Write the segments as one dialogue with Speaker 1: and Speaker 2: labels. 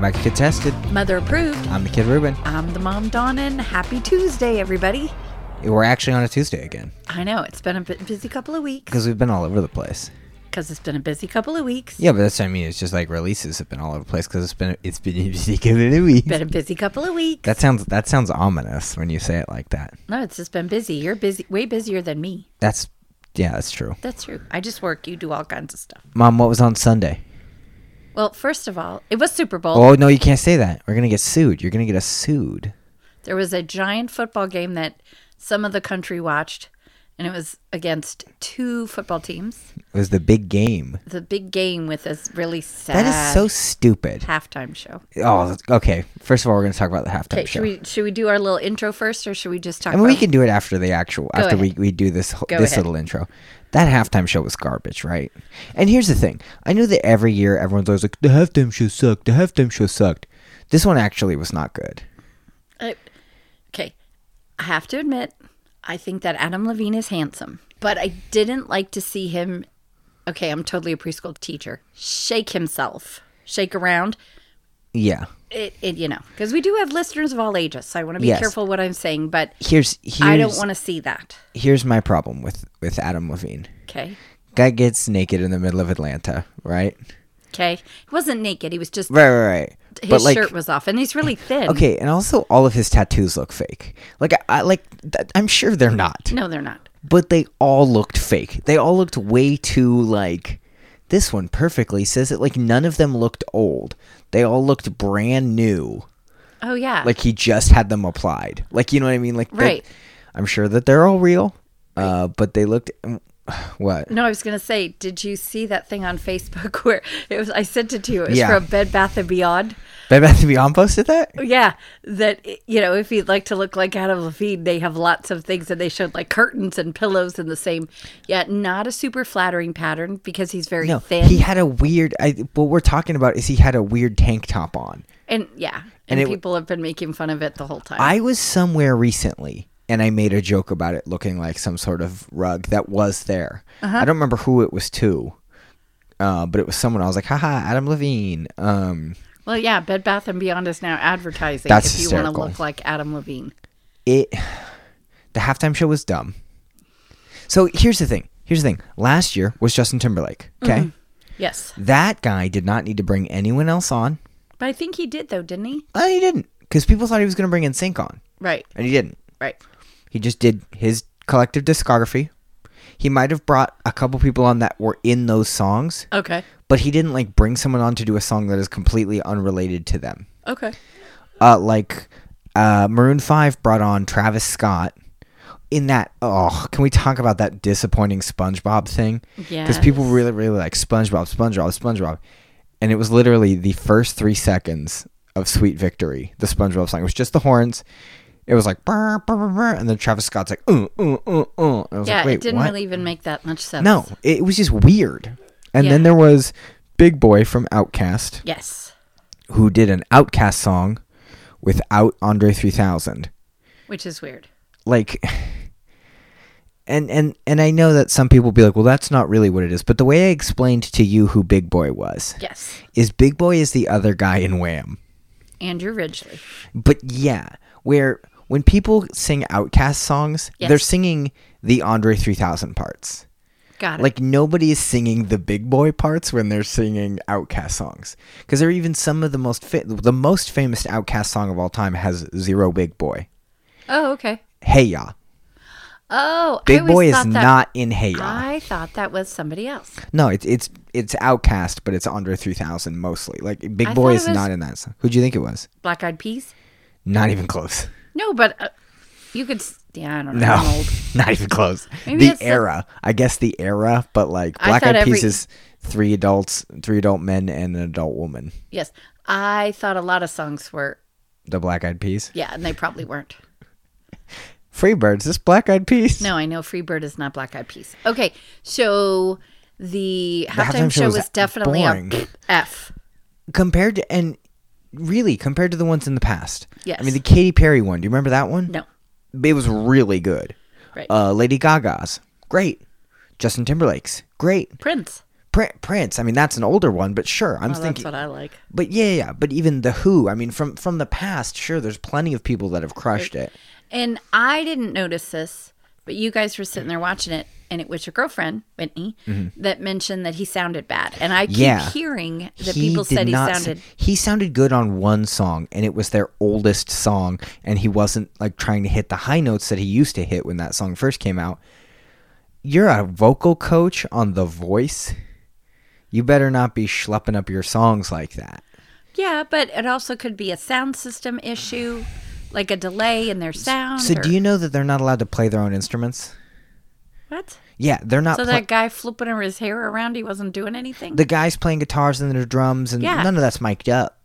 Speaker 1: Let's get tested.
Speaker 2: Mother approved.
Speaker 1: I'm the Kid Ruben.
Speaker 2: I'm the mom, Donnan. Happy Tuesday, everybody.
Speaker 1: We're actually on a Tuesday again
Speaker 2: I know it's been a bu- busy couple of weeks
Speaker 1: because we've been all over the place.
Speaker 2: because it's been a busy couple of weeks.
Speaker 1: Yeah, but that's what I mean. It's just like releases have been all over the place because it's been it's been it's been a week.
Speaker 2: Been a busy couple of weeks.
Speaker 1: That sounds that sounds ominous when you say it like that.
Speaker 2: no, it's just been busy. You're busy, way busier than me.
Speaker 1: That's yeah, that's true.
Speaker 2: That's true. I just work. You do all kinds of stuff.
Speaker 1: Mom, what was on Sunday?
Speaker 2: Well, first of all, it was Super Bowl.
Speaker 1: Oh no, you can't say that. We're gonna get sued. You're gonna get us sued.
Speaker 2: There was a giant football game that some of the country watched, and it was against two football teams.
Speaker 1: It was the big game.
Speaker 2: The big game with this really sad
Speaker 1: That is so stupid.
Speaker 2: halftime show.
Speaker 1: Oh, that's- okay. First of all, we're gonna talk about the halftime
Speaker 2: Okay,
Speaker 1: show.
Speaker 2: should we should we do our little intro first, or should we just talk?
Speaker 1: I mean,
Speaker 2: about
Speaker 1: we can do it after the actual after we,
Speaker 2: ahead.
Speaker 1: we do this whole
Speaker 2: Go
Speaker 1: this
Speaker 2: ahead.
Speaker 1: little intro. That halftime show was garbage, right? And here's the thing: I know that every year everyone's always like, "The halftime show sucked. The halftime show sucked." This one actually was not good.
Speaker 2: I, Uh, okay, I have to admit, I think that Adam Levine is handsome, but I didn't like to see him. Okay, I'm totally a preschool teacher. Shake himself, shake around.
Speaker 1: Yeah.
Speaker 2: It, it you know, because we do have listeners of all ages, so I want to be
Speaker 1: Yes.
Speaker 2: careful what I'm saying, but
Speaker 1: Here's here's
Speaker 2: I don't want to see that.
Speaker 1: here's my problem with with Adam Levine.
Speaker 2: Okay,
Speaker 1: Guy gets naked in the middle of Atlanta, right?
Speaker 2: okay. He wasn't naked. He was just
Speaker 1: Right, right, right.
Speaker 2: his
Speaker 1: but like,
Speaker 2: shirt was off, and he's really thin.
Speaker 1: okay, and also all of his tattoos look fake. Like, I, I like, th- I'm sure they're not.
Speaker 2: no, they're not.
Speaker 1: but they all looked fake. They all looked way too like this one perfectly says it like none of them looked old. They all looked brand new.
Speaker 2: Oh yeah,
Speaker 1: Like he just had them applied. Like you know what I mean? Like they-
Speaker 2: Right.
Speaker 1: I'm sure that they're all real. Uh but they looked what?
Speaker 2: No, I was gonna say, did you see that thing on Facebook where it was? I sent it to you. It was
Speaker 1: Yeah.
Speaker 2: from Bed Bath and Beyond.
Speaker 1: Bed Bath & Beyond posted that?
Speaker 2: Yeah, that you know, if you'd like to look like Adam Levine, they have lots of things, and they showed like curtains and pillows in the same. Yeah, not a super flattering pattern because he's very
Speaker 1: No.
Speaker 2: thin.
Speaker 1: He had a weird I what we're talking about is he had a weird tank top on.
Speaker 2: and yeah,
Speaker 1: And
Speaker 2: and,
Speaker 1: it-
Speaker 2: people have been making fun of it the whole time.
Speaker 1: I was somewhere recently and I made a joke about it looking like some sort of rug that was there. I don't remember who it was to, uh, but it was someone. I was like, haha, Adam Levine. Um,
Speaker 2: well, yeah, Bed Bath and Beyond is now advertising
Speaker 1: That's
Speaker 2: if you want to
Speaker 1: hysterical.
Speaker 2: look like Adam Levine.
Speaker 1: it, the halftime show was dumb. So here's the thing. Here's the thing. Last year was Justin Timberlake. Okay.
Speaker 2: Yes,
Speaker 1: That guy did not need to bring anyone else on.
Speaker 2: but I think he did though, didn't he?
Speaker 1: Uh, he didn't because people thought he was going to bring in Sync on,
Speaker 2: Right,
Speaker 1: and he didn't.
Speaker 2: right.
Speaker 1: He just did his collective discography. He might have brought a couple people on that were in those songs,
Speaker 2: Okay,
Speaker 1: but he didn't like bring someone on to do a song that is completely unrelated to them.
Speaker 2: okay.
Speaker 1: Uh, like uh, Maroon Five brought on Travis Scott. In that, oh, can we talk about that disappointing SpongeBob thing? because people
Speaker 2: Yes.
Speaker 1: really, really like SpongeBob, SpongeBob, SpongeBob, and it was literally the first three seconds of "Sweet Victory," the SpongeBob song. It was just the horns. It was like, "Brr, brr, brr, brr," and then Travis Scott's like, uh, uh, uh, uh. And I was
Speaker 2: Yeah,
Speaker 1: like, wait,
Speaker 2: it didn't
Speaker 1: what?
Speaker 2: really even make that much sense.
Speaker 1: No, it was just weird. And then
Speaker 2: Yeah.
Speaker 1: there was Big Boy from Outcast
Speaker 2: Yes.
Speaker 1: who did an Outcast song without Andre 3000.
Speaker 2: Which is weird.
Speaker 1: Like and and and I know that some people be like, "Well, that's not really what it is." But the way I explained to you who Big Boy was
Speaker 2: Yes.
Speaker 1: is Big Boy is the other guy in Wham.
Speaker 2: Andrew Ridgely.
Speaker 1: But yeah, where when people sing Outcast songs,
Speaker 2: Yes.
Speaker 1: they're singing the Andre 3000 parts.
Speaker 2: Got it.
Speaker 1: Like nobody is singing the big boy parts when they're singing Outcast songs, because there are even some of the most fa- the most famous Outcast song of all time has zero big boy.
Speaker 2: oh, okay.
Speaker 1: Hey ya,
Speaker 2: Oh, I
Speaker 1: big
Speaker 2: always
Speaker 1: boy is
Speaker 2: thought that-
Speaker 1: not in Hey ya.
Speaker 2: I thought that was somebody else.
Speaker 1: No, it's it's it's Outcast, but it's Andre 3000 mostly. Like big
Speaker 2: I
Speaker 1: boy
Speaker 2: thought it
Speaker 1: is
Speaker 2: was-
Speaker 1: not in that song. Who'd you think it was?
Speaker 2: Black Eyed Peas?
Speaker 1: Not even close.
Speaker 2: No, but uh, you could. s- Yeah, I don't know. I'm
Speaker 1: No,
Speaker 2: old.
Speaker 1: not even close.
Speaker 2: Maybe
Speaker 1: the
Speaker 2: that's the-
Speaker 1: era, I guess the era, but like
Speaker 2: I
Speaker 1: Black
Speaker 2: thought
Speaker 1: Eyed Peas
Speaker 2: every-
Speaker 1: is three adults, three adult men, and an adult woman.
Speaker 2: Yes. I thought a lot of songs were.
Speaker 1: The Black Eyed Peas.
Speaker 2: Yeah, and they probably weren't.
Speaker 1: Freebirds, this Black Eyed Peas.
Speaker 2: No, I know Freebird is not Black Eyed Peas. Okay, so the halftime,
Speaker 1: halftime show
Speaker 2: show
Speaker 1: was
Speaker 2: was definitely
Speaker 1: boring.
Speaker 2: a F.
Speaker 1: Compared to and really compared to the ones in the past.
Speaker 2: Yes.
Speaker 1: I mean the Katy Perry one. Do you remember that one?
Speaker 2: No.
Speaker 1: It was really good.
Speaker 2: Right.
Speaker 1: Uh, Lady Gaga's great. Justin Timberlake's great.
Speaker 2: Prince.
Speaker 1: Prin- Prince. I mean, that's an older one, but sure. I'm
Speaker 2: Oh, that's
Speaker 1: thinking.
Speaker 2: what I like.
Speaker 1: But yeah, yeah. But even the Who. I mean, from from the past, sure. There's plenty of people that have crushed it.
Speaker 2: And I didn't notice this, but you guys were sitting there watching it, and it was your girlfriend, Whitney, that mentioned that he sounded bad. And I keep
Speaker 1: Mm-hmm. Yeah.
Speaker 2: hearing that people said he
Speaker 1: sa-
Speaker 2: sounded.
Speaker 1: He sounded good on one song, and it was their oldest song, and he wasn't like trying to hit the high notes that he used to hit when that song first came out. You're a vocal coach on The Voice. You better not be schlepping up your songs like that.
Speaker 2: Yeah, but it also could be a sound system issue, like a delay in their sound.
Speaker 1: So,
Speaker 2: or-
Speaker 1: do you know that they're not allowed to play their own instruments?
Speaker 2: what?
Speaker 1: Yeah, they're not.
Speaker 2: So
Speaker 1: pla-
Speaker 2: that guy flipping over his hair around, he wasn't doing anything.
Speaker 1: the guys playing guitars and their drums and
Speaker 2: Yeah.
Speaker 1: none of that's mic'd up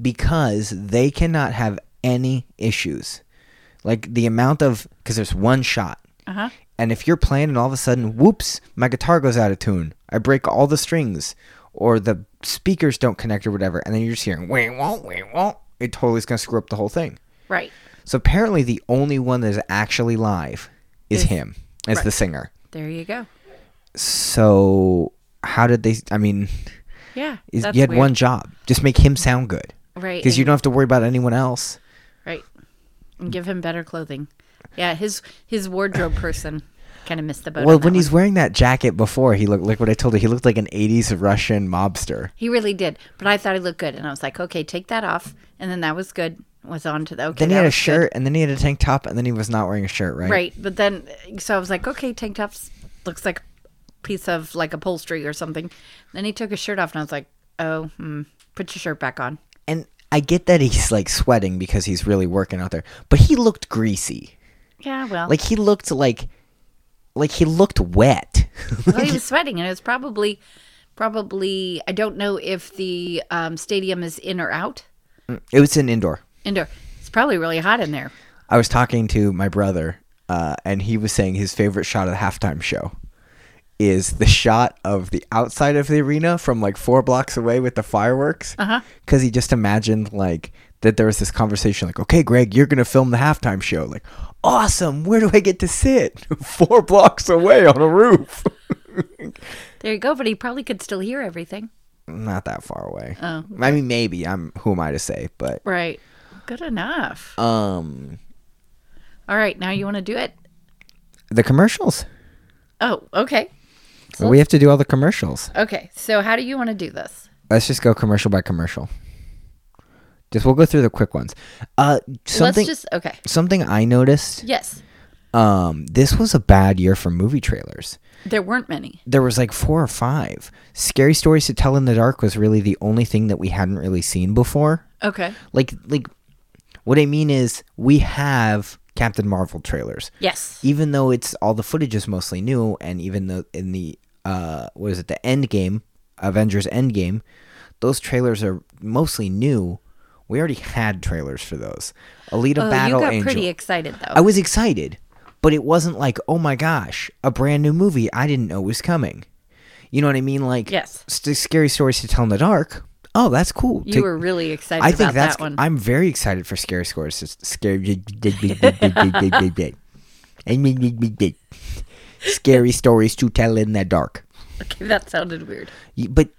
Speaker 1: because they cannot have any issues. Like the amount of because there's one shot,
Speaker 2: uh-huh.
Speaker 1: and if you're playing and all of a sudden, whoops, my guitar goes out of tune, I break all the strings, or the speakers don't connect or whatever, and then you're just hearing wait, won't, wait, won't. It totally is gonna screw up the whole thing.
Speaker 2: Right.
Speaker 1: So apparently, the only one that is actually live is
Speaker 2: Is-
Speaker 1: him, as the
Speaker 2: right.
Speaker 1: singer.
Speaker 2: There you go.
Speaker 1: So how did they? I mean.
Speaker 2: Yeah.
Speaker 1: Is,
Speaker 2: that's
Speaker 1: you had
Speaker 2: weird.
Speaker 1: one job. Just make him sound good.
Speaker 2: Right.
Speaker 1: Because you
Speaker 2: and-
Speaker 1: don't have to worry about anyone else.
Speaker 2: Right. And give him better clothing. Yeah, his his wardrobe person kind of missed the boat.
Speaker 1: Well,
Speaker 2: on that
Speaker 1: when he's
Speaker 2: one.
Speaker 1: wearing that jacket before, he looked like what I told you. He looked like an 80s Russian mobster.
Speaker 2: he really did, but I thought he looked good, and I was like, okay, take that off, and then that was good. Was on to the okay.
Speaker 1: Then
Speaker 2: that
Speaker 1: he had a
Speaker 2: was good.
Speaker 1: shirt, and then he had a tank top, and then he was not wearing a shirt, right?
Speaker 2: right? But then, so I was like, okay, tank tops looks like a piece of like upholstery or something. Then he took his shirt off, and I was like, oh, hmm, put your shirt back on.
Speaker 1: And I get that he's like sweating because he's really working out there, but he looked greasy.
Speaker 2: Yeah, well,
Speaker 1: Like he looked like, like he looked wet.
Speaker 2: well, he was sweating, and it was probably, probably. I don't know if the um, stadium is in or out.
Speaker 1: it was an indoor.
Speaker 2: Indoor. It's probably really hot in there.
Speaker 1: I was talking to my brother, uh, and he was saying his favorite shot of the halftime show is the shot of the outside of the arena from like four blocks away with the fireworks. Because he just imagined like that there was this conversation like, okay, Greg, you're going to film the halftime show. Like, awesome. Where do I get to sit? four blocks away on a roof.
Speaker 2: There you go. But he probably could still hear everything.
Speaker 1: Not that far away. Oh, I mean, maybe. I'm who am I to say? But
Speaker 2: Right. Good enough.
Speaker 1: um,
Speaker 2: All right. Now you want to do it?
Speaker 1: the commercials.
Speaker 2: Oh, okay. So
Speaker 1: we have to do all the commercials.
Speaker 2: Okay. So how do you want to do this?
Speaker 1: Let's just go commercial by commercial. Just we'll go through the quick ones. Uh, something
Speaker 2: Let's just okay.
Speaker 1: something I noticed.
Speaker 2: Yes.
Speaker 1: Um, this was a bad year for movie trailers.
Speaker 2: There weren't many.
Speaker 1: There was like four or five. Scary Stories to Tell in the Dark was really the only thing that we hadn't really seen before.
Speaker 2: Okay.
Speaker 1: Like like, what I mean is we have Captain Marvel trailers
Speaker 2: Yes.
Speaker 1: even though it's all the footage is mostly new, and even though in the uh, what is it, the end game, Avengers End Game, those trailers are mostly new. We already had trailers for those. Alita
Speaker 2: Oh,
Speaker 1: Battle
Speaker 2: you got
Speaker 1: Angel.
Speaker 2: pretty excited though.
Speaker 1: I was excited, but it wasn't like, oh my gosh, a brand new movie I didn't know was coming. You know what I mean? Like,
Speaker 2: Yes.
Speaker 1: st- scary stories to tell in the dark. Oh, that's cool.
Speaker 2: you
Speaker 1: Take-
Speaker 2: were really excited
Speaker 1: I think
Speaker 2: about
Speaker 1: that's.
Speaker 2: that one.
Speaker 1: I'm very excited for Scary Scores. It's Scary. Scary stories to tell in the dark.
Speaker 2: okay, that sounded weird.
Speaker 1: You- But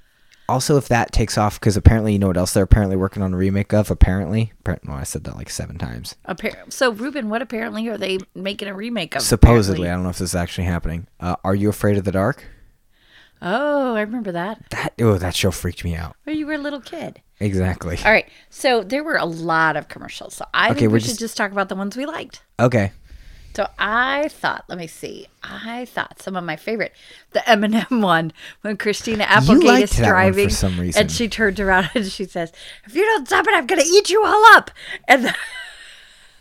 Speaker 1: also, if that takes off, because apparently, you know what else they're apparently working on a remake of? Apparently, Appar- no, I said that like seven times.
Speaker 2: Appar- so Ruben, what apparently are they making a remake of?
Speaker 1: Supposedly, I
Speaker 2: apparently?
Speaker 1: don't know if this is actually happening. Uh, Are you afraid of the dark?
Speaker 2: Oh, I remember that.
Speaker 1: That oh, that show freaked me out.
Speaker 2: Well, you were a little kid.
Speaker 1: Exactly.
Speaker 2: All right. So there were a lot of commercials. So I
Speaker 1: Okay,
Speaker 2: think
Speaker 1: we're
Speaker 2: we
Speaker 1: just-
Speaker 2: should just talk about the ones we liked.
Speaker 1: Okay.
Speaker 2: So I thought, let me see. I thought some of my favorite, the Eminem one, when Christina Applegate
Speaker 1: liked
Speaker 2: is
Speaker 1: that one for
Speaker 2: driving,
Speaker 1: some reason.
Speaker 2: and she turns around and she says, "If you don't stop it, I'm gonna eat you all up." And the,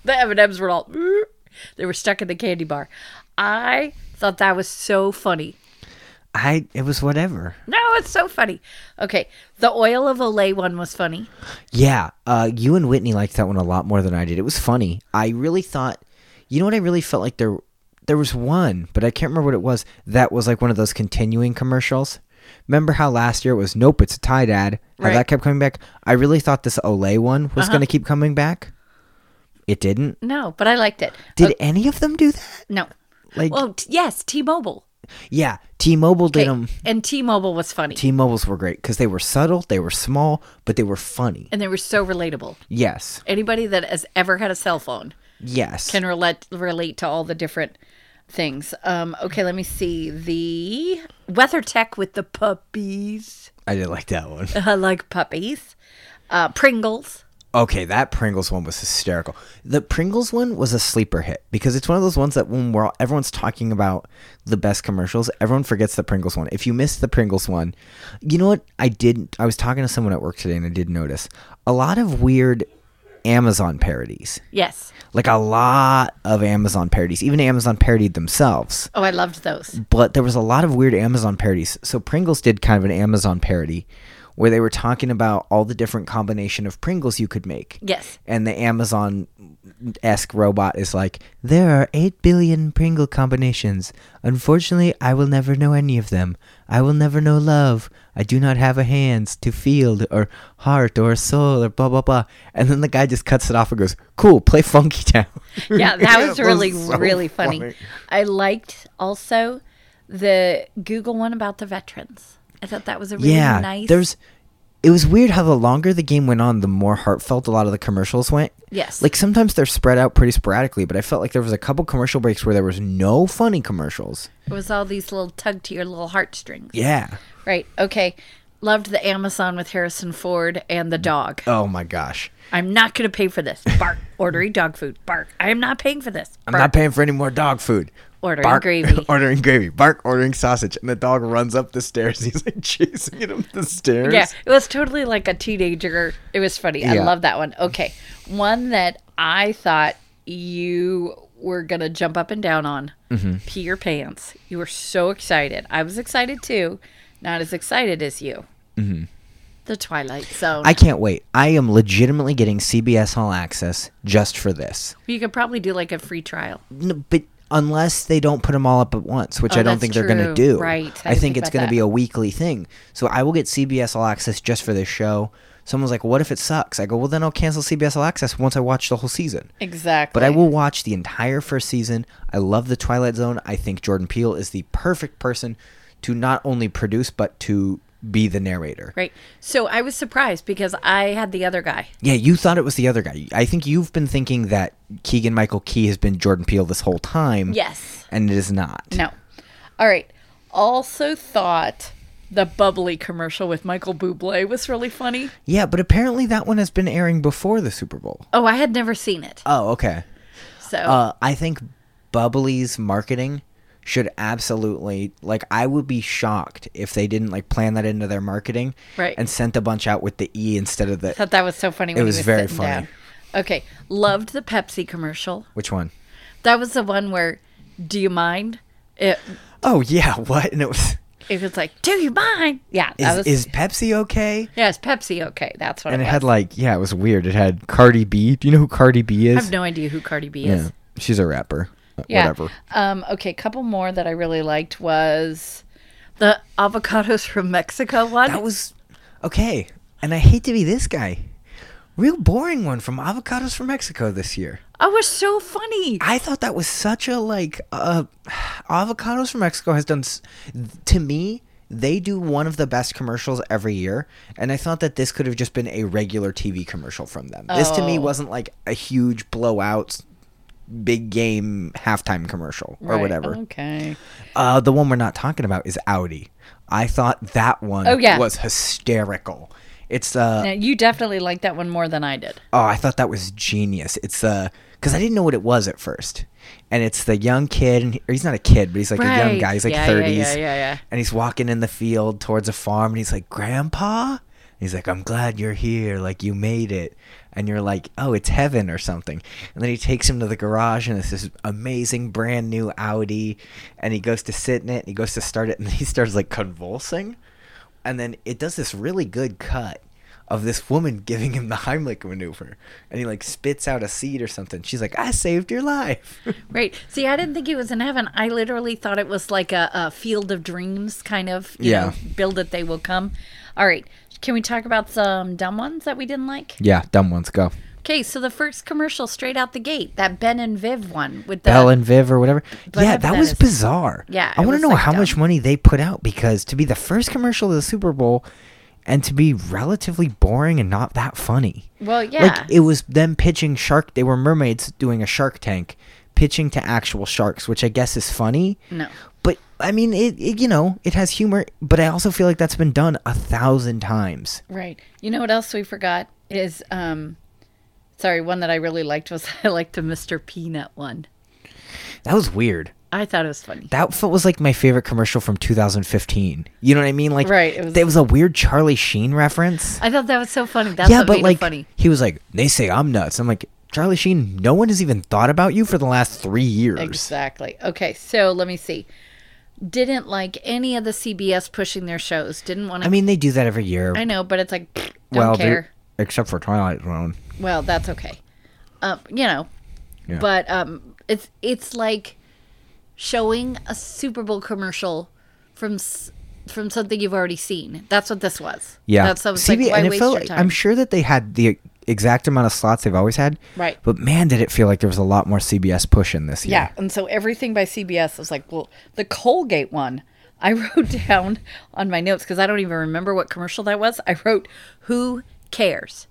Speaker 2: the Eminems were all, "Ooh." they were stuck in the candy bar. I thought that was so funny.
Speaker 1: I it was whatever.
Speaker 2: No, it's so funny. Okay, the oil of Olay one was funny.
Speaker 1: Yeah, uh, you and Whitney liked that one a lot more than I did. It was funny. I really thought, you know what? I really felt like there, there was one, but I can't remember what it was. That was like one of those continuing commercials. Remember how last year it was nope, it's a tie dad. How
Speaker 2: Right. Uh-huh.
Speaker 1: that kept coming back. I really thought this Olay one was going to keep coming back. It didn't.
Speaker 2: No, but I liked it.
Speaker 1: Did any of them do that?
Speaker 2: No,
Speaker 1: Like
Speaker 2: well, t- yes, T-Mobile.
Speaker 1: Yeah, T-Mobile did them.
Speaker 2: And T-Mobile was funny,
Speaker 1: T-Mobiles were great because they were subtle, they were small, but they were funny.
Speaker 2: and they were so relatable.
Speaker 1: Yes,
Speaker 2: Anybody that has ever had a cell phone
Speaker 1: yes.
Speaker 2: can relate relate to all the different things. Um, okay, let me see the weather tech with the puppies.
Speaker 1: I did like that one.
Speaker 2: I like puppies. Uh, Pringles.
Speaker 1: Okay, that Pringles one was hysterical. The Pringles one was a sleeper hit because it's one of those ones that when we're all, everyone's talking about the best commercials, everyone forgets the Pringles one. If you missed the Pringles one, you know what? I did. I was talking to someone at work today, and I did notice a lot of weird Amazon parodies.
Speaker 2: Yes.
Speaker 1: Like a lot of Amazon parodies. Even Amazon parodied themselves
Speaker 2: Oh, I loved those.
Speaker 1: but there was a lot of weird Amazon parodies. So Pringles did kind of an Amazon parody where they were talking about all the different combination of Pringles you could make.
Speaker 2: Yes.
Speaker 1: And the Amazon esque robot is like, There are eight billion Pringle combinations. Unfortunately I will never know any of them. I will never know love. I do not have a hands to field or heart or soul or blah blah blah. And then the guy just cuts it off and goes, Cool, play Funky Town.
Speaker 2: Yeah, that
Speaker 1: It
Speaker 2: was really,
Speaker 1: so
Speaker 2: really funny. I liked also the Google one about the veterans. I thought that was a really
Speaker 1: yeah
Speaker 2: nice.
Speaker 1: there's it was weird how the longer the game went on the more heartfelt a lot of the commercials went
Speaker 2: Yes.
Speaker 1: like sometimes they're spread out pretty sporadically but i felt like there was a couple commercial breaks where there was no funny commercials
Speaker 2: it was all these little tug to your little heartstrings.
Speaker 1: yeah
Speaker 2: Right. Okay. Loved the Amazon with Harrison Ford and the dog.
Speaker 1: oh my gosh
Speaker 2: I'm not going to pay for this. Bark. Ordering dog food. Bark. I am not paying for this.
Speaker 1: i'm
Speaker 2: Bark.
Speaker 1: not paying for any more dog food
Speaker 2: Ordering
Speaker 1: Bark,
Speaker 2: gravy.
Speaker 1: ordering gravy. Bark, ordering sausage. And the dog runs up the stairs. He's like chasing it up the stairs.
Speaker 2: Yeah, it was totally like a teenager. It was funny. I
Speaker 1: Yeah.
Speaker 2: love that one. Okay. One that I thought you were going to jump up and down on.
Speaker 1: Mm-hmm.
Speaker 2: Pee your pants. You were so excited. I was excited too. Not as excited as you. Mm-hmm. The Twilight Zone.
Speaker 1: I can't wait. I am legitimately getting CBS All Access just for this.
Speaker 2: you could probably do like a free trial.
Speaker 1: No, but unless they don't put them all up at once, which
Speaker 2: Oh,
Speaker 1: I don't
Speaker 2: that's
Speaker 1: think they're going to
Speaker 2: true.
Speaker 1: do. I,
Speaker 2: Right. I didn't think
Speaker 1: think it's
Speaker 2: about
Speaker 1: going
Speaker 2: that.
Speaker 1: to be a weekly thing. So I will get CBS All Access just for this show. Someone's like, "What if it sucks?" I go, "Well, then I'll cancel CBS All Access once I watch the whole season."
Speaker 2: Exactly.
Speaker 1: But I will watch the entire first season. I love the Twilight Zone. I think Jordan Peele is the perfect person to not only produce but to be the narrator.
Speaker 2: Right. So I was surprised because I had the other guy.
Speaker 1: Yeah, you thought it was the other guy. I think you've been thinking that Keegan Michael Key has been Jordan Peele this whole time.
Speaker 2: Yes.
Speaker 1: And it is not.
Speaker 2: No. All right. Also thought the bubbly commercial with Michael Bublé was really funny.
Speaker 1: Yeah, but apparently that one has been airing before the Super Bowl.
Speaker 2: Oh, I had never seen it.
Speaker 1: Oh, okay.
Speaker 2: So
Speaker 1: Uh, I think Bubbly's marketing should absolutely like I would be shocked if they didn't like plan that into their marketing
Speaker 2: Right.
Speaker 1: and sent a bunch out with the E instead of the
Speaker 2: thought that was so funny. When
Speaker 1: was
Speaker 2: he was
Speaker 1: very
Speaker 2: sitting
Speaker 1: funny.
Speaker 2: Down. Okay, loved the Pepsi commercial.
Speaker 1: which one?
Speaker 2: That was the one where, do you mind? It
Speaker 1: Oh yeah, what? And it was
Speaker 2: it was like, do you mind? Yeah, that
Speaker 1: is,
Speaker 2: was.
Speaker 1: is Pepsi okay?
Speaker 2: yes, Pepsi. Okay, that's what.
Speaker 1: And it
Speaker 2: it was.
Speaker 1: had like yeah, it was weird. It had Cardi B. Do you know who Cardi B is?
Speaker 2: I have no idea who Cardi B is.
Speaker 1: yeah, she's a rapper. Uh,
Speaker 2: Yeah.
Speaker 1: Whatever.
Speaker 2: Um, okay, a couple more that I really liked was the avocados from Mexico one.
Speaker 1: That was okay. And I hate to be this guy. Real boring one from Avocados from Mexico this year.
Speaker 2: I was so funny.
Speaker 1: I thought that was such a like uh Avocados from Mexico has done s- to me they do one of the best commercials every year and I thought that this could have just been a regular TV commercial from them. This to me
Speaker 2: Oh.
Speaker 1: wasn't like a huge blowout big game halftime commercial or
Speaker 2: Right, uh-huh.
Speaker 1: whatever.
Speaker 2: Okay.
Speaker 1: Uh, the one we're not talking about is Audi. I thought that one
Speaker 2: Oh, yeah.
Speaker 1: was hysterical. It's uh
Speaker 2: Now, you definitely liked that one more than I did.
Speaker 1: oh, I thought that was genius. It's uh because I didn't know what it was at first, and it's the young kid. And or he's not a kid, but he's like a young
Speaker 2: Right.
Speaker 1: guy. He's
Speaker 2: Yeah,
Speaker 1: like
Speaker 2: yeah, yeah,
Speaker 1: thirties.
Speaker 2: yeah, yeah.
Speaker 1: And he's walking in the field towards a farm, and he's like, "Grandpa." And he's like, "I'm glad you're here. Like you made it." And you're like, "Oh, it's heaven or something." And then he takes him to the garage, and it's this amazing brand new Audi. And he goes to sit in it, and he goes to start it, and he starts like convulsing and then it does this really good cut of this woman giving him the Heimlich maneuver, and he like spits out a seed or something. She's like, "I saved your life."
Speaker 2: Right. See, I didn't think it was in heaven. I literally thought it was like a, a field of dreams kind of, you
Speaker 1: Yeah.
Speaker 2: know, build it, they will come. All right. Can we talk about some dumb ones that we didn't like?
Speaker 1: Yeah, dumb ones go.
Speaker 2: Okay, so the first commercial straight out the gate, that Ben and Viv one with the
Speaker 1: Bell and Viv or whatever. yeah,
Speaker 2: Whatever
Speaker 1: that
Speaker 2: that
Speaker 1: was
Speaker 2: is.
Speaker 1: bizarre.
Speaker 2: Yeah,
Speaker 1: I want
Speaker 2: it
Speaker 1: to
Speaker 2: was,
Speaker 1: know
Speaker 2: like,
Speaker 1: how much
Speaker 2: dumb.
Speaker 1: money they put out because to be the first commercial of the Super Bowl and to be relatively boring and not that funny.
Speaker 2: Well, yeah.
Speaker 1: Like it was them pitching shark they were mermaids doing a shark tank pitching to actual sharks, which I guess is funny.
Speaker 2: No.
Speaker 1: But I mean it, it you know, it has humor, but I also feel like that's been done a thousand times.
Speaker 2: Right. You know what else we forgot is um sorry, one that I really liked was I liked the Mr. Peanut one.
Speaker 1: That was weird.
Speaker 2: I thought it was funny.
Speaker 1: That felt was like my favorite commercial from 2015. You know what I mean? Like,
Speaker 2: Right, it was-
Speaker 1: there was a weird Charlie Sheen reference.
Speaker 2: I thought that was so funny. That's
Speaker 1: yeah,
Speaker 2: what
Speaker 1: but
Speaker 2: made
Speaker 1: like,
Speaker 2: it funny.
Speaker 1: he was like, "They say I'm nuts." I'm like, Charlie Sheen. No one has even thought about you for the last three years.
Speaker 2: Exactly. Okay, so let me see. Didn't like any of the CBS pushing their shows. Didn't want to.
Speaker 1: I
Speaker 2: I, mean,
Speaker 1: mean, they do that every year.
Speaker 2: I know, but it's like pfft, don't
Speaker 1: well, they-
Speaker 2: care.
Speaker 1: except for Twilight Zone.
Speaker 2: Well, that's okay. Um, you know,
Speaker 1: Yeah.
Speaker 2: but um, it's it's like showing a Super Bowl commercial from s- from something you've already seen. That's what this was.
Speaker 1: Yeah,
Speaker 2: that's what I was
Speaker 1: CB
Speaker 2: like. Why
Speaker 1: and it
Speaker 2: waste
Speaker 1: felt
Speaker 2: your
Speaker 1: like-
Speaker 2: time?
Speaker 1: I'm sure that they had the exact amount of slots they've always had.
Speaker 2: Right.
Speaker 1: But man, did it feel like there was a lot more CBS push in this year.
Speaker 2: Yeah, and so everything by CBS was like, well, the Colgate one. I wrote down on my notes because I don't even remember what commercial that was. I wrote, "Who cares?"